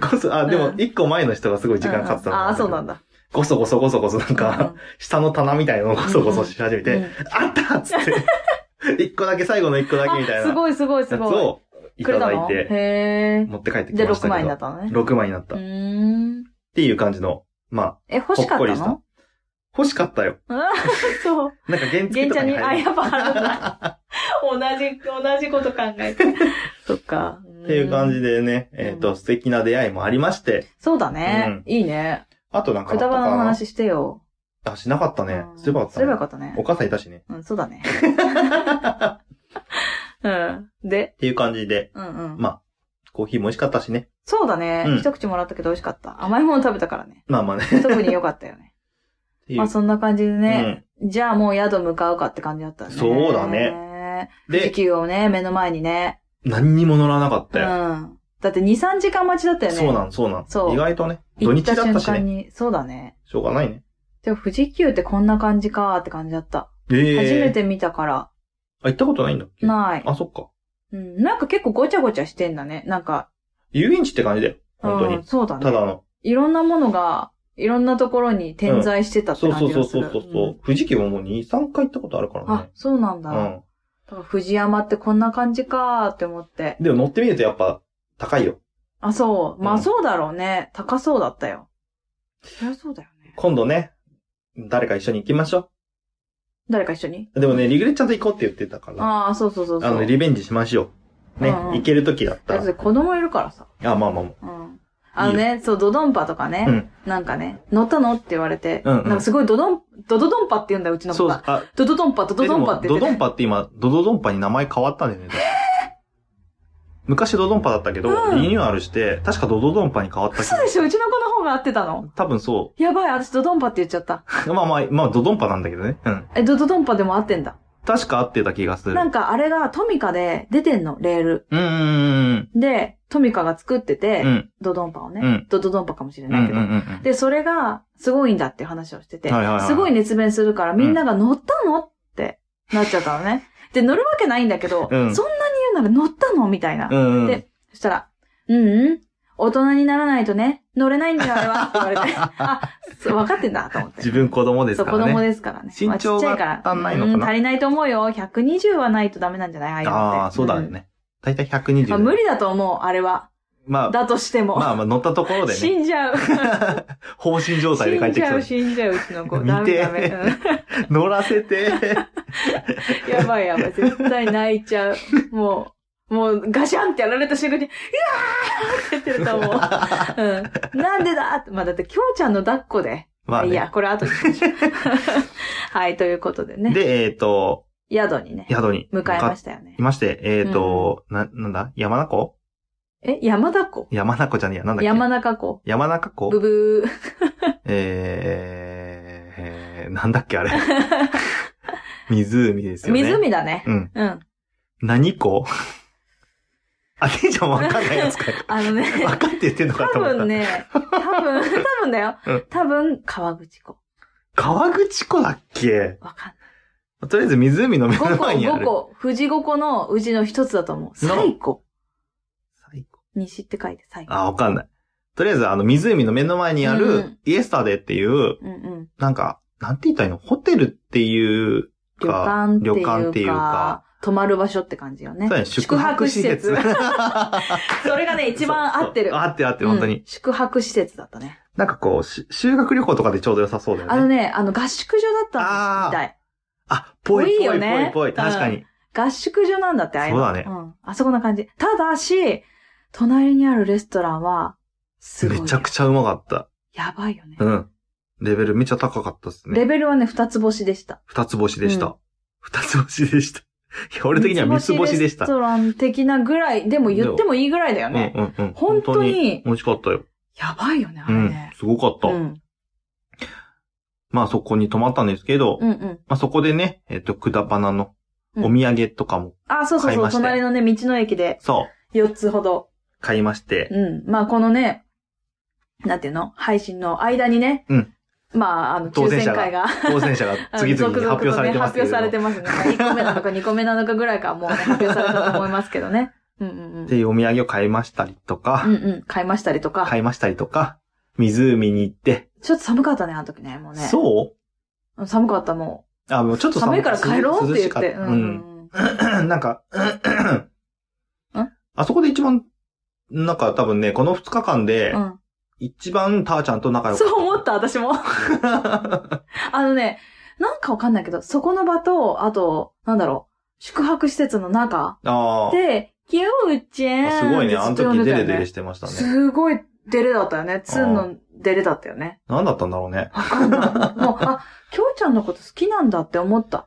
Speaker 1: そ。ごそ、あ、で
Speaker 2: う
Speaker 1: も、
Speaker 2: ん
Speaker 1: 一個前の人がすごい時間かかってた
Speaker 2: うんああ、そうなん
Speaker 1: だ。
Speaker 2: だ。
Speaker 1: ごそごそごそごそ、なん
Speaker 2: う
Speaker 1: か
Speaker 2: ん、
Speaker 1: 下の棚みたいのをごそごそし始めて、
Speaker 2: うん
Speaker 1: あったっつって、一個だけ、最後の一個だけみたい
Speaker 2: あ
Speaker 1: な
Speaker 2: す
Speaker 1: や
Speaker 2: ごいすごい
Speaker 1: つ
Speaker 2: すご
Speaker 1: をい
Speaker 2: い。
Speaker 1: ただい
Speaker 2: くれたの
Speaker 1: て、
Speaker 2: へ
Speaker 1: 持って帰って
Speaker 2: え。
Speaker 1: き
Speaker 2: で、
Speaker 1: ましたけど。
Speaker 2: 6枚になったのね。
Speaker 1: 6枚になっ
Speaker 2: う
Speaker 1: た。っ
Speaker 2: ーん。
Speaker 1: ていう感じの、まあ、
Speaker 2: え、欲しかっ
Speaker 1: ほっこ
Speaker 2: た
Speaker 1: りした
Speaker 2: の
Speaker 1: 欲しかったよ。
Speaker 2: うん [LAUGHS] そう。
Speaker 1: なんか原付
Speaker 2: 玄
Speaker 1: と
Speaker 2: ちゃ
Speaker 1: か
Speaker 2: ん
Speaker 1: に
Speaker 2: に、あ、
Speaker 1: 入る。
Speaker 2: やっぱあるんだ。同じ、同じこと考えて。 [LAUGHS] そっか。っ
Speaker 1: っていう感じ。でね、
Speaker 2: ん
Speaker 1: えっ、と、素敵な出会いもありまして、
Speaker 2: そうだね。いいね。
Speaker 1: あとなんかあ
Speaker 2: く
Speaker 1: った
Speaker 2: だ
Speaker 1: か
Speaker 2: ば
Speaker 1: な
Speaker 2: なの話してよ。
Speaker 1: あ、しなかったね
Speaker 2: う。ん
Speaker 1: すればよかっ
Speaker 2: す
Speaker 1: た、
Speaker 2: ればよ
Speaker 1: ね
Speaker 2: か。ったね
Speaker 1: お。母さんいたしね。
Speaker 2: うん、そう
Speaker 1: [LAUGHS]
Speaker 2: だね。うん。で
Speaker 1: っ、ていう感じで、
Speaker 2: うんうん。
Speaker 1: まコーヒーも美味しかったしね。
Speaker 2: そうだね
Speaker 1: うん。
Speaker 2: 一口もらったけど美味しかった。甘いもの食べたから
Speaker 1: [LAUGHS]
Speaker 2: ね。
Speaker 1: まあまあね。っ
Speaker 2: 特に良かったよね。
Speaker 1: てい
Speaker 2: まあ
Speaker 1: う。
Speaker 2: そんな感じでね。じゃあもう宿向かうかって感じだったね。
Speaker 1: そうだ
Speaker 2: ね。時
Speaker 1: で、
Speaker 2: 給をね、目の前にね。
Speaker 1: 何にも乗らなかっ
Speaker 2: う
Speaker 1: たよ。
Speaker 2: ん。だって2、3時間待ちだったよね。
Speaker 1: そうなん、そうなん。
Speaker 2: そう
Speaker 1: 意外とね、土
Speaker 2: 行
Speaker 1: 日
Speaker 2: った
Speaker 1: だっ
Speaker 2: 瞬
Speaker 1: たし
Speaker 2: 間
Speaker 1: ね。
Speaker 2: に、そうだね。
Speaker 1: しょうがないね。
Speaker 2: でも富士急ってこんな感じかーって感じだった。
Speaker 1: えー、
Speaker 2: 初め。て見たから。
Speaker 1: あ、行ったことないんだっけ
Speaker 2: ない。
Speaker 1: あ、そっか。
Speaker 2: うん。なんか結構ごちゃごちゃしてんだね。なんか。
Speaker 1: 遊園地って感じだよ。本当に。
Speaker 2: うん、そうだね。
Speaker 1: ただの。
Speaker 2: いろんなものが、いろんなところに点在してたって
Speaker 1: そう
Speaker 2: 感
Speaker 1: そう
Speaker 2: じ
Speaker 1: そ
Speaker 2: が
Speaker 1: う
Speaker 2: す
Speaker 1: そう
Speaker 2: る。
Speaker 1: そう。う富士急ももう2、3回行ったことあるか
Speaker 2: うんあ
Speaker 1: ら、
Speaker 2: そうなんだ。
Speaker 1: ね。
Speaker 2: だから藤山ってこんな感じかーって思って。
Speaker 1: でも乗ってみるとやっぱ高いよ。
Speaker 2: あ、そう。ま
Speaker 1: う
Speaker 2: あ
Speaker 1: ん
Speaker 2: そうだろうね。高そうだったよ。そりゃそうだよね。
Speaker 1: 今度ね、誰か一緒に行きましょ
Speaker 2: 誰か一緒に
Speaker 1: う。でもね、リグレッちゃんと行こうって言ってたから。
Speaker 2: ああ、そうそうそうそう。
Speaker 1: あの、リベンジしましょう。ね、
Speaker 2: うんうん
Speaker 1: 行ける時だっ
Speaker 2: だ
Speaker 1: た
Speaker 2: って
Speaker 1: ら。
Speaker 2: 子供いるからさ。
Speaker 1: あ、まあまあま
Speaker 2: うん。あのね、そう、ドドンパとかね、
Speaker 1: うん
Speaker 2: なんかね、乗ったのって言われて、
Speaker 1: うんうん
Speaker 2: なんかすごいドドン、ドドドンパって言うんだよ、うち
Speaker 1: あ。
Speaker 2: の
Speaker 1: そ
Speaker 2: 子
Speaker 1: う、
Speaker 2: が。
Speaker 1: あ、
Speaker 2: ドドドンパ、ドドドンパって
Speaker 1: えでもド
Speaker 2: 言って
Speaker 1: ドン
Speaker 2: て。
Speaker 1: パって今、ドドドンパに名前変わったんだよね。昔ドドンパだったけど、
Speaker 2: うん
Speaker 1: リニューアルして、確かドドドンパに変わった気
Speaker 2: 嘘
Speaker 1: が
Speaker 2: でしょうちの子の方が合ってたの
Speaker 1: 多分そ
Speaker 2: やばい、私ドドンパって言っちゃった。
Speaker 1: う。まあまあ、まあドドンパなんだけどね。うん。
Speaker 2: え、ドドドンパでも合ってんだ。
Speaker 1: 確か合ってた気がする。
Speaker 2: なんかあれがトミカで出てんの、レール。
Speaker 1: うんうん
Speaker 2: で、トミカが作ってて、
Speaker 1: うんうん。うん。
Speaker 2: ドドンパをね、
Speaker 1: うん
Speaker 2: ドドドンパかもしれ
Speaker 1: うんう
Speaker 2: ない
Speaker 1: ん
Speaker 2: け
Speaker 1: う
Speaker 2: ど。
Speaker 1: ん
Speaker 2: で、それがすごいんだって話をしてて、
Speaker 1: はいはいはい
Speaker 2: すごい熱弁するからみんなが乗ったのってなっちゃった
Speaker 1: [LAUGHS]
Speaker 2: のね。で、乗るわけないんだけど、
Speaker 1: うん
Speaker 2: そんなに言うなら乗ったのみたいな。
Speaker 1: うんうん。
Speaker 2: でそしたら、うんうん。大人にならないとね、乗れないんだよ、あれは。って言われて。
Speaker 1: [LAUGHS]
Speaker 2: あ、そう分かってんだ、と思って。
Speaker 1: 自分子供です
Speaker 2: そう、
Speaker 1: か
Speaker 2: 子
Speaker 1: ら
Speaker 2: 供
Speaker 1: ね。
Speaker 2: ですからね。
Speaker 1: 身長が
Speaker 2: まあちっちゃいから
Speaker 1: 足んないのかな
Speaker 2: うん足りないと思うよ。120はないとダメなんじゃないああいうのって
Speaker 1: ああ、そうだよ。ね。だいたい120
Speaker 2: うん。まあ、無理だと思う、あれは。
Speaker 1: まあ、
Speaker 2: だとしても。
Speaker 1: まあまあ乗ったところでね。
Speaker 2: 死んじゃう。
Speaker 1: 放心状態で帰
Speaker 2: 死
Speaker 1: っ
Speaker 2: ん
Speaker 1: て
Speaker 2: じ
Speaker 1: き
Speaker 2: ゃ、
Speaker 1: そうう。
Speaker 2: 死んじゃう、うちの子。
Speaker 1: 見て
Speaker 2: ダメダメ。うん
Speaker 1: 乗らせて。
Speaker 2: [LAUGHS] やばいやばい。絶対泣いちゃう。もう、もうガシャンってやられた瞬間に、うわーって言
Speaker 1: [LAUGHS]
Speaker 2: ってると思う。うん。なんでだってまあだって、きょうちゃんの抱っこで。
Speaker 1: まあ
Speaker 2: い
Speaker 1: ね。
Speaker 2: や、これ後にしましょう [LAUGHS] はい、ということでね。
Speaker 1: で、えっと、
Speaker 2: 宿にね、
Speaker 1: 宿に
Speaker 2: 向かいま
Speaker 1: た。
Speaker 2: したよね
Speaker 1: い。まして、えっと、な、なんだ山名湖
Speaker 2: え、山田湖
Speaker 1: 山名湖じゃねえや。なんだっけ
Speaker 2: 山中湖。
Speaker 1: 山中湖
Speaker 2: ブブ
Speaker 1: えーえー、なんだっ
Speaker 2: [LAUGHS]
Speaker 1: けあれ。湖です
Speaker 2: ー。
Speaker 1: よね。
Speaker 2: 湖だね。
Speaker 1: うん。
Speaker 2: うん。
Speaker 1: 何湖 [LAUGHS] あ、ていちゃんわかんないやつ
Speaker 2: [LAUGHS]
Speaker 1: かよ。
Speaker 2: あのね、
Speaker 1: [LAUGHS] わかって言ってんのか
Speaker 2: 多
Speaker 1: と思った。
Speaker 2: 分ね、
Speaker 1: [LAUGHS]
Speaker 2: 多分、多分だよ
Speaker 1: うん。
Speaker 2: 多分、川口湖。
Speaker 1: 川口湖だっけ
Speaker 2: わかんない。
Speaker 1: とりあえず湖の目の
Speaker 2: 5個、
Speaker 1: 前にあ
Speaker 2: 5
Speaker 1: る。
Speaker 2: 個、富士5個のうちの一つだと思う。最古。
Speaker 1: 最高
Speaker 2: 西って書いて最古。
Speaker 1: あ、わかんない。とりあえず、あの、湖の目の前にあ
Speaker 2: う
Speaker 1: る
Speaker 2: ん、
Speaker 1: イエスタデーっていう、
Speaker 2: うんうん。
Speaker 1: なんか、なんて言ったらいいのホテルっていう
Speaker 2: 旅
Speaker 1: か、
Speaker 2: 館っていうか、
Speaker 1: 旅館っていうか
Speaker 2: 泊まる場所って感じよね
Speaker 1: そうだ。ね宿泊施設。
Speaker 2: 宿泊
Speaker 1: [LAUGHS]
Speaker 2: それがね、 [LAUGHS] 一番合ってる。
Speaker 1: そうそう合ってる合ってる、本当に。
Speaker 2: うん宿泊施設だったね。
Speaker 1: なんかこう、し修学旅行とかでちょうど良さそうだよね。
Speaker 2: あのね、あの、合宿所だったんみたい。
Speaker 1: あ、ぽい
Speaker 2: ぽい
Speaker 1: ぽ
Speaker 2: よ
Speaker 1: いぽ
Speaker 2: ね
Speaker 1: いぽ
Speaker 2: うん
Speaker 1: い。確かに。
Speaker 2: 合宿所なんだって、ああいうの
Speaker 1: そうだね
Speaker 2: ん。あそこな感じ。ただし、隣にあるレストランは、すごい
Speaker 1: め
Speaker 2: よ。
Speaker 1: ちゃくちゃうまかった。
Speaker 2: やばいよね。
Speaker 1: うん。レベルめっちゃ高かったです
Speaker 2: レ
Speaker 1: ね。
Speaker 2: ベルはね、二つ星でした。
Speaker 1: 二つ星でし
Speaker 2: う
Speaker 1: た。二、つ星でした。いや、俺的には三つ星でし
Speaker 2: レス
Speaker 1: た。
Speaker 2: トラン的なぐらい、でも言ってもいいぐらいだよ
Speaker 1: う
Speaker 2: ね。
Speaker 1: んうんうん。
Speaker 2: 本当に
Speaker 1: 美味しかったよ。
Speaker 2: やばいよね、あ
Speaker 1: う
Speaker 2: れ
Speaker 1: ん
Speaker 2: ね。。
Speaker 1: すごかった。
Speaker 2: うん。
Speaker 1: まあそこに泊まったんですけど、
Speaker 2: うんうん。
Speaker 1: まあそこでね、えっ、と、くだばなの
Speaker 2: うん
Speaker 1: お土産とかも、
Speaker 2: あ、そうそう
Speaker 1: 買い
Speaker 2: そう、
Speaker 1: まして
Speaker 2: 隣のね、道の駅で
Speaker 1: そう、
Speaker 2: 4つほど。
Speaker 1: 買いまして、
Speaker 2: うん。まあ、このね、なんていうの配信の間にね。
Speaker 1: うん
Speaker 2: まあ、あの、
Speaker 1: 当
Speaker 2: 抽
Speaker 1: 選者
Speaker 2: 選
Speaker 1: が
Speaker 2: 会が。
Speaker 1: 当選者が次々に発表されてますけれ
Speaker 2: 続々とね発表
Speaker 1: ど
Speaker 2: さ
Speaker 1: も
Speaker 2: れてますね。1個目なのか2個目なのかぐらいかも
Speaker 1: [LAUGHS]
Speaker 2: うね、発表されたと思いますけどね。うんうんうん。
Speaker 1: っていうお土産を買いましたりとか、
Speaker 2: うんうん。買いましたりとか。
Speaker 1: 買いましたりとか、湖に行って、
Speaker 2: ちょっと寒かったね、あの時ね、もうね。。
Speaker 1: そう
Speaker 2: 寒かった、も
Speaker 1: うあ、もうちょっ
Speaker 2: う。
Speaker 1: と
Speaker 2: 寒いから
Speaker 1: 涼し
Speaker 2: 帰ろうって言
Speaker 1: 涼しか
Speaker 2: って。
Speaker 1: た
Speaker 2: う
Speaker 1: うんん。。 [COUGHS] なん
Speaker 2: [COUGHS]
Speaker 1: か、あそこで一番、なんか多分ね、この二日間で
Speaker 2: う、ん。
Speaker 1: 一番ターちゃんと仲良かっ
Speaker 2: そう思った、私
Speaker 1: [LAUGHS]
Speaker 2: も。
Speaker 1: た。
Speaker 2: あのね、なんかわかんないけど、そこの場と、あと、なんだろう、宿泊施設の中
Speaker 1: あー
Speaker 2: で、キューちゃん
Speaker 1: あ。すごいね。あの
Speaker 2: ずっと呼ん
Speaker 1: 時
Speaker 2: で
Speaker 1: デ
Speaker 2: たよ
Speaker 1: レ
Speaker 2: ね
Speaker 1: デレしてましたね。
Speaker 2: すごいデレだったよね。ツンのデレだったよね。
Speaker 1: 何だったんだろうね。
Speaker 2: わかんない。もう、あ、きょうちゃんのこと好きなんだって思った。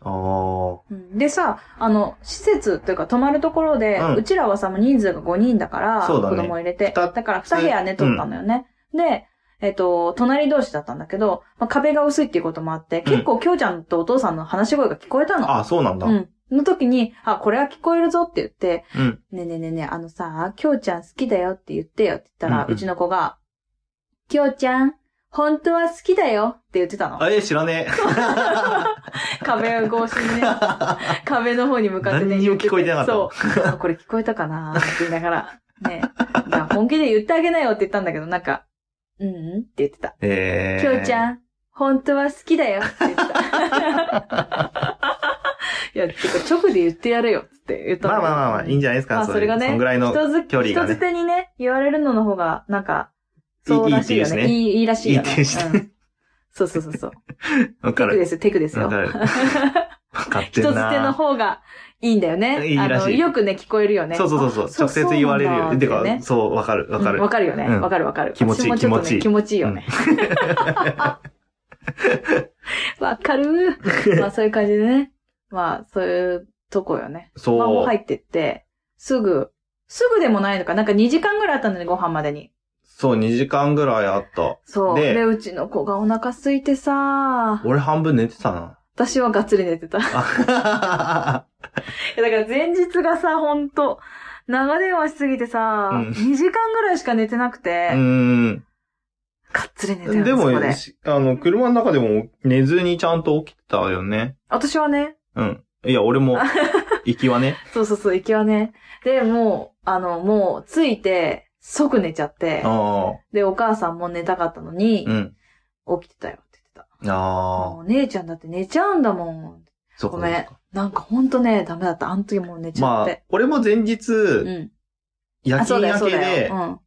Speaker 1: ああ。
Speaker 2: うんでさ、あの、施設というか泊まるところで、う
Speaker 1: うん
Speaker 2: ちらはさ、もう人数が5人だから、
Speaker 1: そうだね
Speaker 2: 子供入れて、
Speaker 1: 二
Speaker 2: だ
Speaker 1: つ
Speaker 2: から2部屋ね、取ったのよね。で、えっ、と、隣同士だったんだけど、まあ、壁が薄いっていうこともあって、結構きょうちゃんとお父さんの話し声が聞こえたの。
Speaker 1: あ、そうなんだ。
Speaker 2: う
Speaker 1: うん。
Speaker 2: ん。の時に、あ、これは聞こえるぞって言って、ねえねえねえねえ、あのさ、きょうちゃん好きだよって言ってよって言ったら、う
Speaker 1: うんうん
Speaker 2: ちの子が、きょうちゃん、本当は好きだよって言ってたの。
Speaker 1: あ、えー、知らねえ。
Speaker 2: 壁越し
Speaker 1: [LAUGHS]
Speaker 2: にね、壁の方に向かってね。
Speaker 1: 何にも聞こえてなかった
Speaker 2: そう。あこれ聞こえたかなって言いな
Speaker 1: [LAUGHS]
Speaker 2: がら。ねいや本気で言ってあげなよって言ったんだけど、なんか、うんうんって言ってた。
Speaker 1: え
Speaker 2: [LAUGHS] きょうち
Speaker 1: ん。 [LAUGHS]
Speaker 2: ゃん、本当は好きだよって言ってた。いや、てか直で言ってやれよって言った
Speaker 1: まあまあまあまあ、いいん
Speaker 2: じ
Speaker 1: じゃないですか。
Speaker 2: まあ
Speaker 1: ういう
Speaker 2: それがね
Speaker 1: そんぐらいの。
Speaker 2: 人づ
Speaker 1: 距離がね
Speaker 2: 人づてにね、言われるのの方が、なんか、そうらしいよね。
Speaker 1: いいいいって言うしね
Speaker 2: いい、いいらしいよね。
Speaker 1: いいって言うしね
Speaker 2: うんそうそうそうそう。
Speaker 1: わか
Speaker 2: テクで
Speaker 1: る。
Speaker 2: すよ、テクですよ
Speaker 1: わ。
Speaker 2: [LAUGHS]
Speaker 1: かる。わかってん
Speaker 2: 人
Speaker 1: な。
Speaker 2: づての方がいいんだよね。
Speaker 1: いいらしい
Speaker 2: あのよくね、聞こえるよね。
Speaker 1: そうそうそう。
Speaker 2: あそ
Speaker 1: そうう直接言われる
Speaker 2: そうな
Speaker 1: よ。
Speaker 2: んだ
Speaker 1: て
Speaker 2: ってね
Speaker 1: か、そう、わかる、わか
Speaker 2: うん
Speaker 1: る。
Speaker 2: わかるよね。
Speaker 1: うん
Speaker 2: わかるわかる。
Speaker 1: 気持ちいい
Speaker 2: 私もょっとね
Speaker 1: 気
Speaker 2: 気持ちいいよね。 [LAUGHS] わかる。まあそういう感じでね。まあそういうとこよね。
Speaker 1: そう。
Speaker 2: まあもう入ってって、すぐ、すぐでもないのか。なんか2時間ぐらいあったんだね、ご飯までに。
Speaker 1: そう、2時間ぐらいあった。
Speaker 2: そう。で、
Speaker 1: で
Speaker 2: うちの子がお腹空いてさ、
Speaker 1: 俺半分寝てた
Speaker 2: [LAUGHS]
Speaker 1: な。
Speaker 2: 私はがっつり寝てた。い
Speaker 1: あ
Speaker 2: やだから前日がさ、ほんと、長電話しすぎてさ、
Speaker 1: うん
Speaker 2: 2時間ぐらいしか寝てなくて、
Speaker 1: うーん。
Speaker 2: がっつり寝てるんで
Speaker 1: です
Speaker 2: こ
Speaker 1: も、
Speaker 2: で。
Speaker 1: しあの、車の中でも寝ずにちゃんと起きてたよね。
Speaker 2: 私はね、
Speaker 1: うん。いや、俺
Speaker 2: [LAUGHS]
Speaker 1: も、行きはね。
Speaker 2: そうそうそう、行きはね。で、もう、あの、もう、着いて、即寝ちゃって、
Speaker 1: ああ。
Speaker 2: で、お母さんも寝たかったのに、
Speaker 1: うん。
Speaker 2: 起きてたよって言ってた。
Speaker 1: ああ。
Speaker 2: もう、姉ちゃんだって寝ちゃうんだもん。
Speaker 1: そう
Speaker 2: ご
Speaker 1: か
Speaker 2: め
Speaker 1: そうんか。
Speaker 2: なんかほんとね、ダメだった。あの時もう寝ちゃっ
Speaker 1: まあ
Speaker 2: て。、
Speaker 1: 俺も前
Speaker 2: う
Speaker 1: 日、
Speaker 2: ん。
Speaker 1: 夜
Speaker 2: あ、そ
Speaker 1: 勤
Speaker 2: うだよ、
Speaker 1: 明
Speaker 2: そう
Speaker 1: け
Speaker 2: だ
Speaker 1: で、
Speaker 2: よ。うん。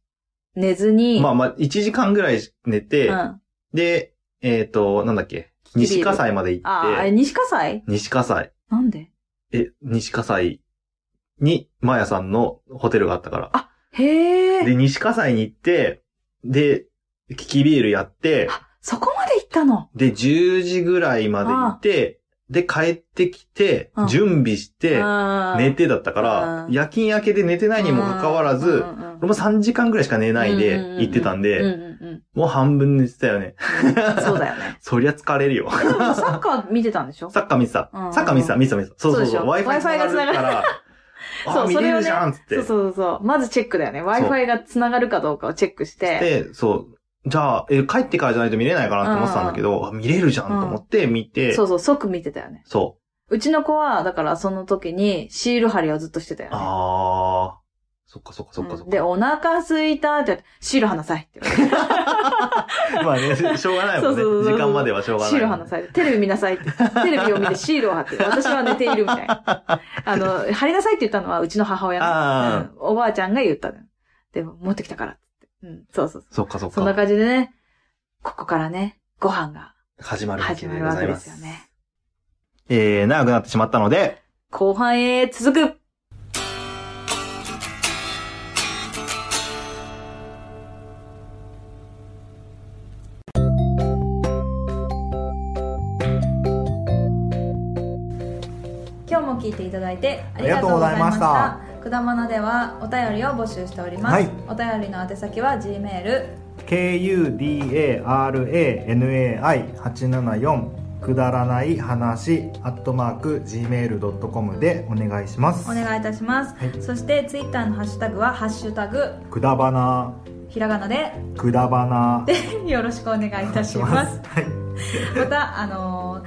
Speaker 2: 寝ずに、
Speaker 1: まあまあ、1時間ぐらい寝て、
Speaker 2: うん。
Speaker 1: で、えっ、と、なんだっけ、
Speaker 2: ビール
Speaker 1: 西葛西まで行
Speaker 2: ああ、
Speaker 1: っ
Speaker 2: え、
Speaker 1: て、
Speaker 2: 西葛西
Speaker 1: 西葛西、
Speaker 2: なんで
Speaker 1: え、西葛西に、マヤさんのホテルがあったから。
Speaker 2: へえ、
Speaker 1: で、西葛西に行って、で、キキビールやって、
Speaker 2: そこまで行ったの。
Speaker 1: で、10時ぐらいまで行って、で、帰ってきて
Speaker 2: うん、
Speaker 1: 準備して、寝
Speaker 2: 寝
Speaker 1: てだったか
Speaker 2: う
Speaker 1: ら、
Speaker 2: ん
Speaker 1: 夜勤明けで寝てないにもかかわらず、俺も3時間ぐらいしか寝ないで行ってたん
Speaker 2: うん
Speaker 1: で、
Speaker 2: うんうん。
Speaker 1: もう半分寝てたよね。
Speaker 2: そうだよね。
Speaker 1: [LAUGHS] そりゃ疲れるよ。
Speaker 2: でもサッカー見てたんでしょ
Speaker 1: サッカー見てた
Speaker 2: う。ん
Speaker 1: サッカー見てた、見てた、見てた。そうそうそう。
Speaker 2: そうでしょ
Speaker 1: Wi-Fi 繋がるから、
Speaker 2: そ
Speaker 1: [LAUGHS]
Speaker 2: う
Speaker 1: あ、見
Speaker 2: そ
Speaker 1: れ
Speaker 2: れをね
Speaker 1: るじゃんっつって
Speaker 2: そう。そうそう。まずチェックだよね。
Speaker 1: う
Speaker 2: Wi-Fi が繋がるかどうかをチェックして。
Speaker 1: で、そう。じゃあ、え、帰ってからじゃないと見れないかなって思ってたんだけど、あ見れるじゃんと思って見て、
Speaker 2: そ
Speaker 1: そう
Speaker 2: そう、即見てたよね。
Speaker 1: う。
Speaker 2: うちの子は、だからその時にシール貼りをずっとしてたよね。
Speaker 1: あー。そっかそっかそっかそ
Speaker 2: うん
Speaker 1: っ
Speaker 2: で、
Speaker 1: か。
Speaker 2: お腹すいたって言って、シール貼なさいって言われて。
Speaker 1: [LAUGHS] まあね、しょうがないもんね
Speaker 2: そうそうそう。そう
Speaker 1: 時間まではしょうがない。
Speaker 2: シール貼なさい。テレビ見なさいって。テレビを見てシールを貼って。私は寝ているみたいな。あの、貼りなさいって言ったのはうちの母親ね
Speaker 1: あ
Speaker 2: うんおばあちゃんが言ったのよ。でも、持ってきたからって。うん、そうそうそう。
Speaker 1: そっかそっ
Speaker 2: そんな
Speaker 1: か。
Speaker 2: 感じでね、ここからね、ご飯が
Speaker 1: 始まるわ
Speaker 2: 始
Speaker 1: け
Speaker 2: ま
Speaker 1: で
Speaker 2: る
Speaker 1: ご
Speaker 2: わ
Speaker 1: ざ
Speaker 2: け
Speaker 1: い
Speaker 2: で
Speaker 1: ます
Speaker 2: よ
Speaker 1: す。
Speaker 2: ね。
Speaker 1: えー、長くなってしまったので、
Speaker 2: 後半へ続く今日も聞いていただいてありがとうございました
Speaker 3: あ
Speaker 2: くだまなではお便りを募集しております、
Speaker 3: はい
Speaker 2: お便りの宛先は G メール
Speaker 3: kudaranai874 くだらない話アットマーク gmail.com でお願いします
Speaker 2: お願いいたします、
Speaker 3: はい
Speaker 2: そしてツイッターのハッシュタグは「ハッシュタグ
Speaker 3: くだばな
Speaker 2: ひらがなで
Speaker 3: くだばな」
Speaker 2: でよろしくお願いいたします
Speaker 3: [LAUGHS] はい
Speaker 2: またあのー